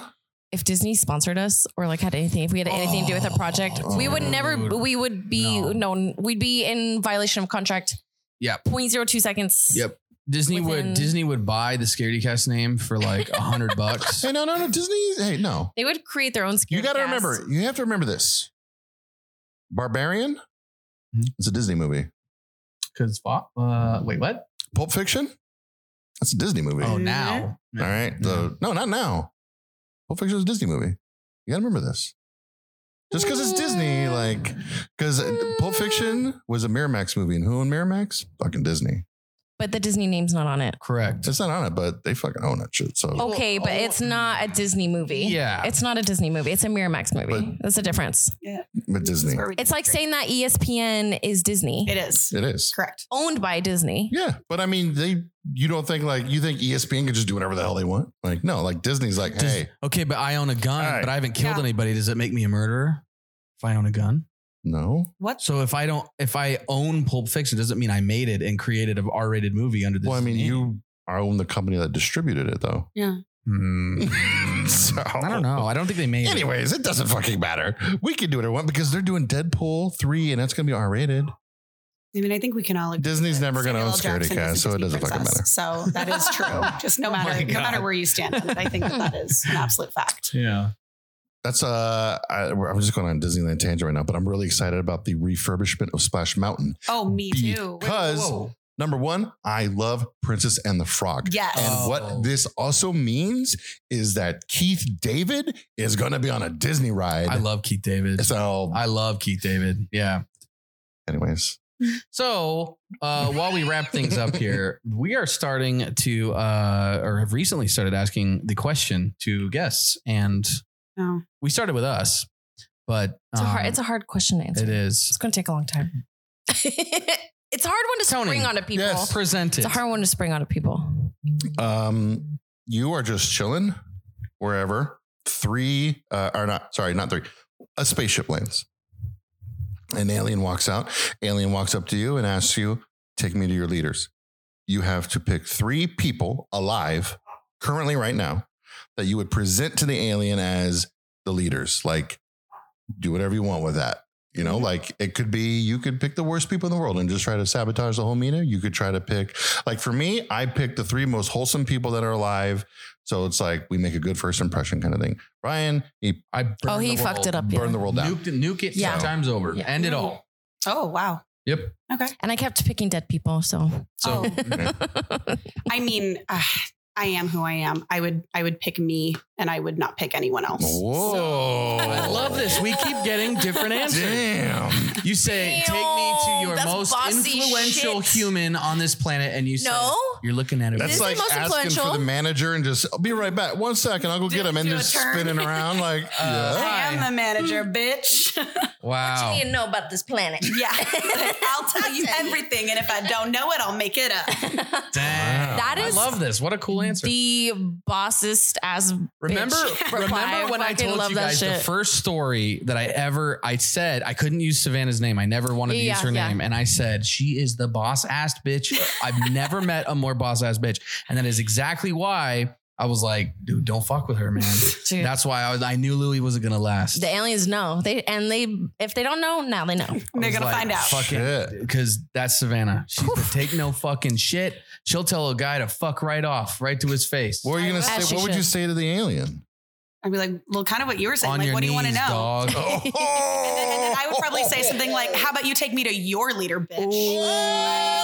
[SPEAKER 2] If Disney sponsored us or like had anything, if we had anything to do with a project, we would never,
[SPEAKER 3] Oh, Dude.
[SPEAKER 2] we would be
[SPEAKER 3] No.
[SPEAKER 2] known, we'd be in violation of contract.
[SPEAKER 3] Yep.
[SPEAKER 2] 0.02 seconds.
[SPEAKER 3] Yep. Disney
[SPEAKER 2] Within-
[SPEAKER 3] would Disney would buy the Scaredy Cast name for like a hundred bucks.
[SPEAKER 1] Hey, no, no, no, Disney. Hey, no.
[SPEAKER 2] They would create their own scary
[SPEAKER 1] You got to
[SPEAKER 2] cast.
[SPEAKER 1] remember. You have to remember this. Barbarian.
[SPEAKER 3] Mhm.
[SPEAKER 1] It's a Disney movie.
[SPEAKER 3] Because uh, wait, what?
[SPEAKER 1] Pulp Fiction. That's a Disney movie.
[SPEAKER 3] Oh,
[SPEAKER 1] All
[SPEAKER 3] now. Mm-hmm.
[SPEAKER 1] right. So, no, not now. Pulp Fiction is a Disney movie. You got to remember this. Just because it's Disney, like, because Pulp Fiction was a Miramax movie, and who owned Miramax? Fucking Disney.
[SPEAKER 2] But the Disney name's not on it.
[SPEAKER 3] Correct.
[SPEAKER 1] It's not on it, but they fucking own that shit. So,
[SPEAKER 2] Okay, but
[SPEAKER 3] oh.
[SPEAKER 2] it's not a Disney movie.
[SPEAKER 3] Yeah.
[SPEAKER 2] It's not a Disney movie. It's a Miramax movie.
[SPEAKER 1] But-
[SPEAKER 2] That's the difference.
[SPEAKER 1] but Disney,
[SPEAKER 2] It's like saying that E ESPN is Disney,
[SPEAKER 4] it is
[SPEAKER 1] it is.
[SPEAKER 4] correct.
[SPEAKER 2] owned by Disney.
[SPEAKER 1] Yeah, but I mean, they. You don't think like you think E ESPN could just do whatever the hell they want? Like, no, like Disney's like,
[SPEAKER 3] Does-
[SPEAKER 1] hey,
[SPEAKER 3] okay, but I own a gun,
[SPEAKER 1] All right.
[SPEAKER 3] but I haven't killed
[SPEAKER 4] Yeah.
[SPEAKER 3] anybody. Does it make me a murderer if I own a gun?
[SPEAKER 1] no.
[SPEAKER 4] What?
[SPEAKER 3] So if I don't, if I own Pulp Fiction, doesn't mean I made it and created an R-rated movie under this.
[SPEAKER 1] Well, I mean,
[SPEAKER 3] name.
[SPEAKER 1] you own the company that distributed it, though.
[SPEAKER 3] Hmm.
[SPEAKER 1] so
[SPEAKER 3] I don't know. I don't think they made. it.
[SPEAKER 1] Anyways, it doesn't fucking matter. We can do what I want because they're doing Deadpool three, and that's gonna be R rated.
[SPEAKER 4] I mean, I think we can all. agree
[SPEAKER 1] Disney's
[SPEAKER 4] that
[SPEAKER 1] never gonna
[SPEAKER 4] Samuel
[SPEAKER 1] own
[SPEAKER 4] L.
[SPEAKER 1] Scaredy
[SPEAKER 4] Jackson
[SPEAKER 1] Cat,
[SPEAKER 4] is a
[SPEAKER 1] so it
[SPEAKER 4] Disney
[SPEAKER 1] doesn't fucking matter.
[SPEAKER 4] princess. So that is true. Just no
[SPEAKER 3] Oh my
[SPEAKER 4] matter, no
[SPEAKER 3] God.
[SPEAKER 4] matter where you stand, on it, I think that, that is an absolute fact.
[SPEAKER 3] Yeah.
[SPEAKER 1] That's uh, I, I'm just going on a Disneyland tangent right now, but I'm really excited about the refurbishment of Splash Mountain
[SPEAKER 4] Oh, me too.
[SPEAKER 1] because
[SPEAKER 3] Whoa.
[SPEAKER 1] number one, I love Princess and the Frog.
[SPEAKER 4] Yes.
[SPEAKER 1] And
[SPEAKER 3] Oh.
[SPEAKER 1] what this also means is that Keith David is going to be on a Disney ride.
[SPEAKER 3] I love Keith David.
[SPEAKER 1] so,
[SPEAKER 3] I love Keith David. Yeah.
[SPEAKER 1] anyways,
[SPEAKER 3] So uh, while we wrap things up here, we are starting to, uh, or have recently started asking the question to guests, and
[SPEAKER 4] Oh.
[SPEAKER 3] we started with us, but
[SPEAKER 2] It's, a hard,
[SPEAKER 3] um,
[SPEAKER 2] it's a hard question to answer.
[SPEAKER 3] it is
[SPEAKER 2] It's going to take a long time. it's a hard one to
[SPEAKER 3] Tony.
[SPEAKER 2] spring onto people.
[SPEAKER 1] Yes.
[SPEAKER 3] presented.
[SPEAKER 2] It's a hard one to spring onto people.
[SPEAKER 1] um, you are just chilling wherever. Three, uh, or not, sorry, not three, a spaceship lands. An alien walks out. Alien walks up to you and asks you, Take me to your leaders. You have to pick three people alive currently, right now, that you would present to the alien as the leaders. Like, do whatever you want with that. You know, like it could be you could pick the worst people in the world and just try to sabotage the whole meeting. You could try to pick, like for me, I picked the three most wholesome people that are alive. So it's like we make a good first impression kind of thing. Ryan, he
[SPEAKER 3] I burned
[SPEAKER 2] Oh, he
[SPEAKER 3] the
[SPEAKER 2] fucked
[SPEAKER 3] world.
[SPEAKER 2] it up. yeah.
[SPEAKER 1] burned the world down.
[SPEAKER 3] Nuked it, nuke it
[SPEAKER 2] Yeah.
[SPEAKER 3] yeah. times over.
[SPEAKER 2] Yeah.
[SPEAKER 3] End it all.
[SPEAKER 4] Oh, wow.
[SPEAKER 3] Yep.
[SPEAKER 4] Okay.
[SPEAKER 2] And I kept picking dead people. So
[SPEAKER 3] So
[SPEAKER 4] Oh. I mean, uh, I am who I am. I would I would pick me, and I would not pick anyone else.
[SPEAKER 1] Whoa.
[SPEAKER 3] I love this. We keep getting different answers.
[SPEAKER 1] Damn.
[SPEAKER 3] You say,
[SPEAKER 2] Damn,
[SPEAKER 3] take me to your
[SPEAKER 2] that's
[SPEAKER 3] most
[SPEAKER 2] bossy
[SPEAKER 3] influential
[SPEAKER 2] shit.
[SPEAKER 3] human on this planet, and you say,
[SPEAKER 2] No.
[SPEAKER 3] you're looking at it.
[SPEAKER 1] That's
[SPEAKER 2] This is
[SPEAKER 1] like
[SPEAKER 2] most
[SPEAKER 1] asking for
[SPEAKER 2] influential.
[SPEAKER 1] the manager and just I'll be right back. One second, I'll go
[SPEAKER 4] Do-
[SPEAKER 1] get him and
[SPEAKER 4] do a
[SPEAKER 1] just
[SPEAKER 4] turn.
[SPEAKER 1] spinning around like
[SPEAKER 3] Uh,
[SPEAKER 1] yeah.
[SPEAKER 4] I am the manager, bitch.
[SPEAKER 3] wow.
[SPEAKER 2] you know about this planet?
[SPEAKER 4] yeah. I'll tell you everything. And if I don't know it, I'll make it up.
[SPEAKER 3] Dang.
[SPEAKER 2] That is
[SPEAKER 3] I love this. What a cool answer.
[SPEAKER 2] The bossest as
[SPEAKER 3] Remember,
[SPEAKER 2] bitch reply.
[SPEAKER 3] remember when I
[SPEAKER 2] Fucking
[SPEAKER 3] told
[SPEAKER 2] love
[SPEAKER 3] you
[SPEAKER 2] that
[SPEAKER 3] guys the
[SPEAKER 2] shit.
[SPEAKER 3] first story that I ever I said I couldn't use Savannah's name. I never wanted to
[SPEAKER 2] Yeah,
[SPEAKER 3] use her
[SPEAKER 2] yeah.
[SPEAKER 3] name, and I said she is the boss ass bitch. I've never met a more boss ass bitch, and that is exactly why I was like, dude, don't fuck with her, man.
[SPEAKER 2] Dude,
[SPEAKER 3] That's why I was. I knew Louis wasn't gonna last.
[SPEAKER 2] the aliens know they and they if they don't know now they know.
[SPEAKER 4] They're
[SPEAKER 3] was
[SPEAKER 4] going to
[SPEAKER 3] like,
[SPEAKER 4] find out.
[SPEAKER 3] Fuck
[SPEAKER 1] Shit.
[SPEAKER 3] it. Because that's Savannah. She could take no fucking shit. She'll tell a guy to fuck right off, right to his face.
[SPEAKER 1] What are you gonna
[SPEAKER 2] As
[SPEAKER 1] say?
[SPEAKER 2] you
[SPEAKER 1] What would you
[SPEAKER 2] should.
[SPEAKER 1] say to the alien?
[SPEAKER 4] I'd be like, well, kind of what you were saying.
[SPEAKER 3] On
[SPEAKER 4] like,
[SPEAKER 3] your
[SPEAKER 4] what do you want to
[SPEAKER 3] knees,
[SPEAKER 4] know?
[SPEAKER 3] dog.
[SPEAKER 4] And then, and then I would probably say something like, how about you take me to your leader, bitch?
[SPEAKER 3] No,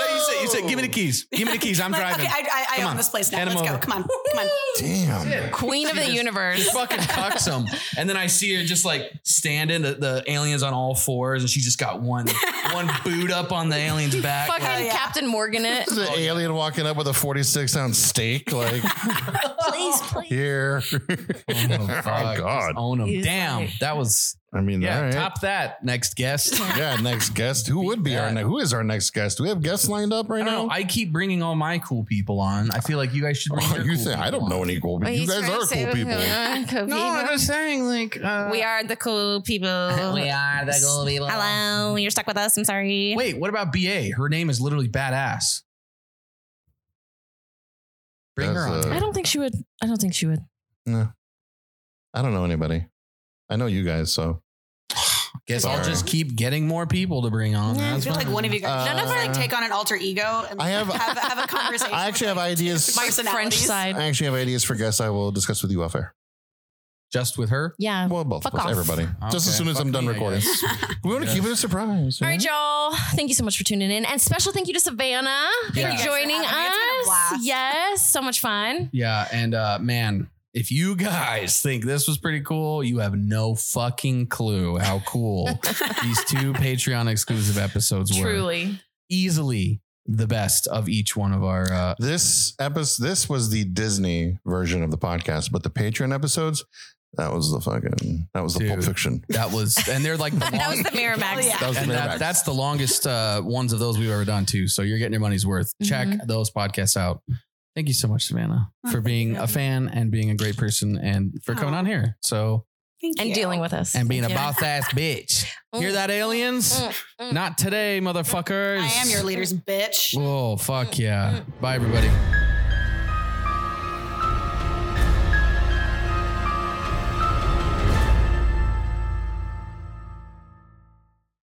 [SPEAKER 3] Oh, you said, you said, give me the keys. Give me the keys. I'm
[SPEAKER 4] Like,
[SPEAKER 3] driving.
[SPEAKER 4] Okay, I, I, I
[SPEAKER 3] Come
[SPEAKER 4] own
[SPEAKER 3] on.
[SPEAKER 4] this place now.
[SPEAKER 3] Hand 'em
[SPEAKER 4] Let's go.
[SPEAKER 3] over.
[SPEAKER 4] Come on. Come on.
[SPEAKER 1] Oh, Damn.
[SPEAKER 2] Queen of
[SPEAKER 3] She
[SPEAKER 2] the
[SPEAKER 3] just-
[SPEAKER 2] universe.
[SPEAKER 3] She fucking cucks him. And then I see her just like standing, the, the aliens on all fours, and she just got one one boot up on the alien's back.
[SPEAKER 2] Fucking
[SPEAKER 4] Hell yeah.
[SPEAKER 2] Captain Morgan it.
[SPEAKER 1] Is an alien walking up with a 46 ounce steak? Like,
[SPEAKER 2] please, please.
[SPEAKER 1] here.
[SPEAKER 3] oh,
[SPEAKER 1] Oh,
[SPEAKER 3] fuck.
[SPEAKER 1] God.
[SPEAKER 3] Just Own him.
[SPEAKER 2] He's
[SPEAKER 3] Damn.
[SPEAKER 2] like-
[SPEAKER 3] that was,
[SPEAKER 1] I mean,
[SPEAKER 3] yeah,
[SPEAKER 1] all right.
[SPEAKER 3] top that, next guest.
[SPEAKER 1] Yeah, next guest. Who would be our
[SPEAKER 3] that.
[SPEAKER 1] next? Who is our next guest? Do we have guests lined up right
[SPEAKER 3] I
[SPEAKER 1] now?
[SPEAKER 3] don't know. I keep bringing all my cool people on. I feel like you guys should. Bring
[SPEAKER 1] Oh,
[SPEAKER 3] your
[SPEAKER 1] you
[SPEAKER 3] cool
[SPEAKER 1] say I
[SPEAKER 3] people
[SPEAKER 1] don't know
[SPEAKER 3] on.
[SPEAKER 1] any cool people. You guys are cool people.
[SPEAKER 2] No,
[SPEAKER 3] just saying, like uh,
[SPEAKER 2] we are the cool people.
[SPEAKER 3] are the cool people.
[SPEAKER 2] Hello, you're stuck with us. I'm sorry.
[SPEAKER 3] Wait, what about BA? Her name is literally badass. Bring her
[SPEAKER 1] That's,
[SPEAKER 3] on.
[SPEAKER 1] uh,
[SPEAKER 2] I don't think she would. I don't think she would.
[SPEAKER 1] No. I don't know anybody. I know you guys, so
[SPEAKER 3] Guess I'll
[SPEAKER 1] Sorry.
[SPEAKER 3] just keep getting more people to bring on.
[SPEAKER 2] Yeah, I
[SPEAKER 4] I
[SPEAKER 3] That's
[SPEAKER 4] feel like
[SPEAKER 3] fine.
[SPEAKER 4] one of you guys
[SPEAKER 1] Uh,
[SPEAKER 4] should just, like take on an alter ego and
[SPEAKER 1] I
[SPEAKER 4] like,
[SPEAKER 1] have-
[SPEAKER 4] have, have a conversation.
[SPEAKER 1] I actually have ideas.
[SPEAKER 4] My-
[SPEAKER 2] French
[SPEAKER 4] Personalities.
[SPEAKER 2] side.
[SPEAKER 1] I actually have ideas for guests I will discuss with you off air.
[SPEAKER 3] just with her.
[SPEAKER 2] Yeah.
[SPEAKER 1] Well, both
[SPEAKER 2] Oh, Fuck
[SPEAKER 1] of us,
[SPEAKER 2] off.
[SPEAKER 1] everybody. Just as
[SPEAKER 3] Okay,
[SPEAKER 1] soon as
[SPEAKER 3] fuck
[SPEAKER 1] I'm done
[SPEAKER 3] me, I
[SPEAKER 1] recording.
[SPEAKER 3] guess.
[SPEAKER 1] We want to
[SPEAKER 3] Yeah.
[SPEAKER 1] keep it a surprise.
[SPEAKER 2] All
[SPEAKER 1] yeah?
[SPEAKER 2] right, y'all. Thank you so much for tuning in. And special thank you to Savannah
[SPEAKER 3] Yeah.
[SPEAKER 2] for
[SPEAKER 4] Thank you guys for
[SPEAKER 2] joining
[SPEAKER 4] having me. It's been a
[SPEAKER 2] us.
[SPEAKER 4] blast.
[SPEAKER 2] Yes. So much fun.
[SPEAKER 3] yeah, and uh, man, if you guys think this was pretty cool, you have no fucking clue how cool these two Patreon exclusive episodes were.
[SPEAKER 2] Truly.
[SPEAKER 3] easily the best of each one of our. Uh,
[SPEAKER 1] This episode, this was the Disney version of the podcast, but the Patreon episodes, that was the fucking, that was the Pulp
[SPEAKER 3] Dude.
[SPEAKER 1] Fiction.
[SPEAKER 3] that was, and they're like the long,
[SPEAKER 2] That was the Miramax.
[SPEAKER 4] Hell yeah.
[SPEAKER 1] That was the
[SPEAKER 3] and
[SPEAKER 1] Miramax.
[SPEAKER 3] that, that's the longest uh, ones of those we've ever done too. So you're getting your money's worth. Check
[SPEAKER 2] Mhm.
[SPEAKER 3] those podcasts out. Thank you so much, Savannah,
[SPEAKER 4] Oh,
[SPEAKER 3] for
[SPEAKER 4] thank
[SPEAKER 3] being
[SPEAKER 4] you.
[SPEAKER 3] a fan and being a great person and for coming
[SPEAKER 4] Oh.
[SPEAKER 3] on here. So
[SPEAKER 4] Thank
[SPEAKER 2] And
[SPEAKER 4] you.
[SPEAKER 2] dealing with us.
[SPEAKER 3] and being
[SPEAKER 2] Thank
[SPEAKER 3] a
[SPEAKER 2] you.
[SPEAKER 3] boss ass bitch. Hear
[SPEAKER 2] Mm,
[SPEAKER 3] that, aliens?
[SPEAKER 2] mm, mm.
[SPEAKER 3] Not today, motherfuckers.
[SPEAKER 4] I am your leader's bitch.
[SPEAKER 2] Mm,
[SPEAKER 3] Oh fuck yeah! Bye, everybody.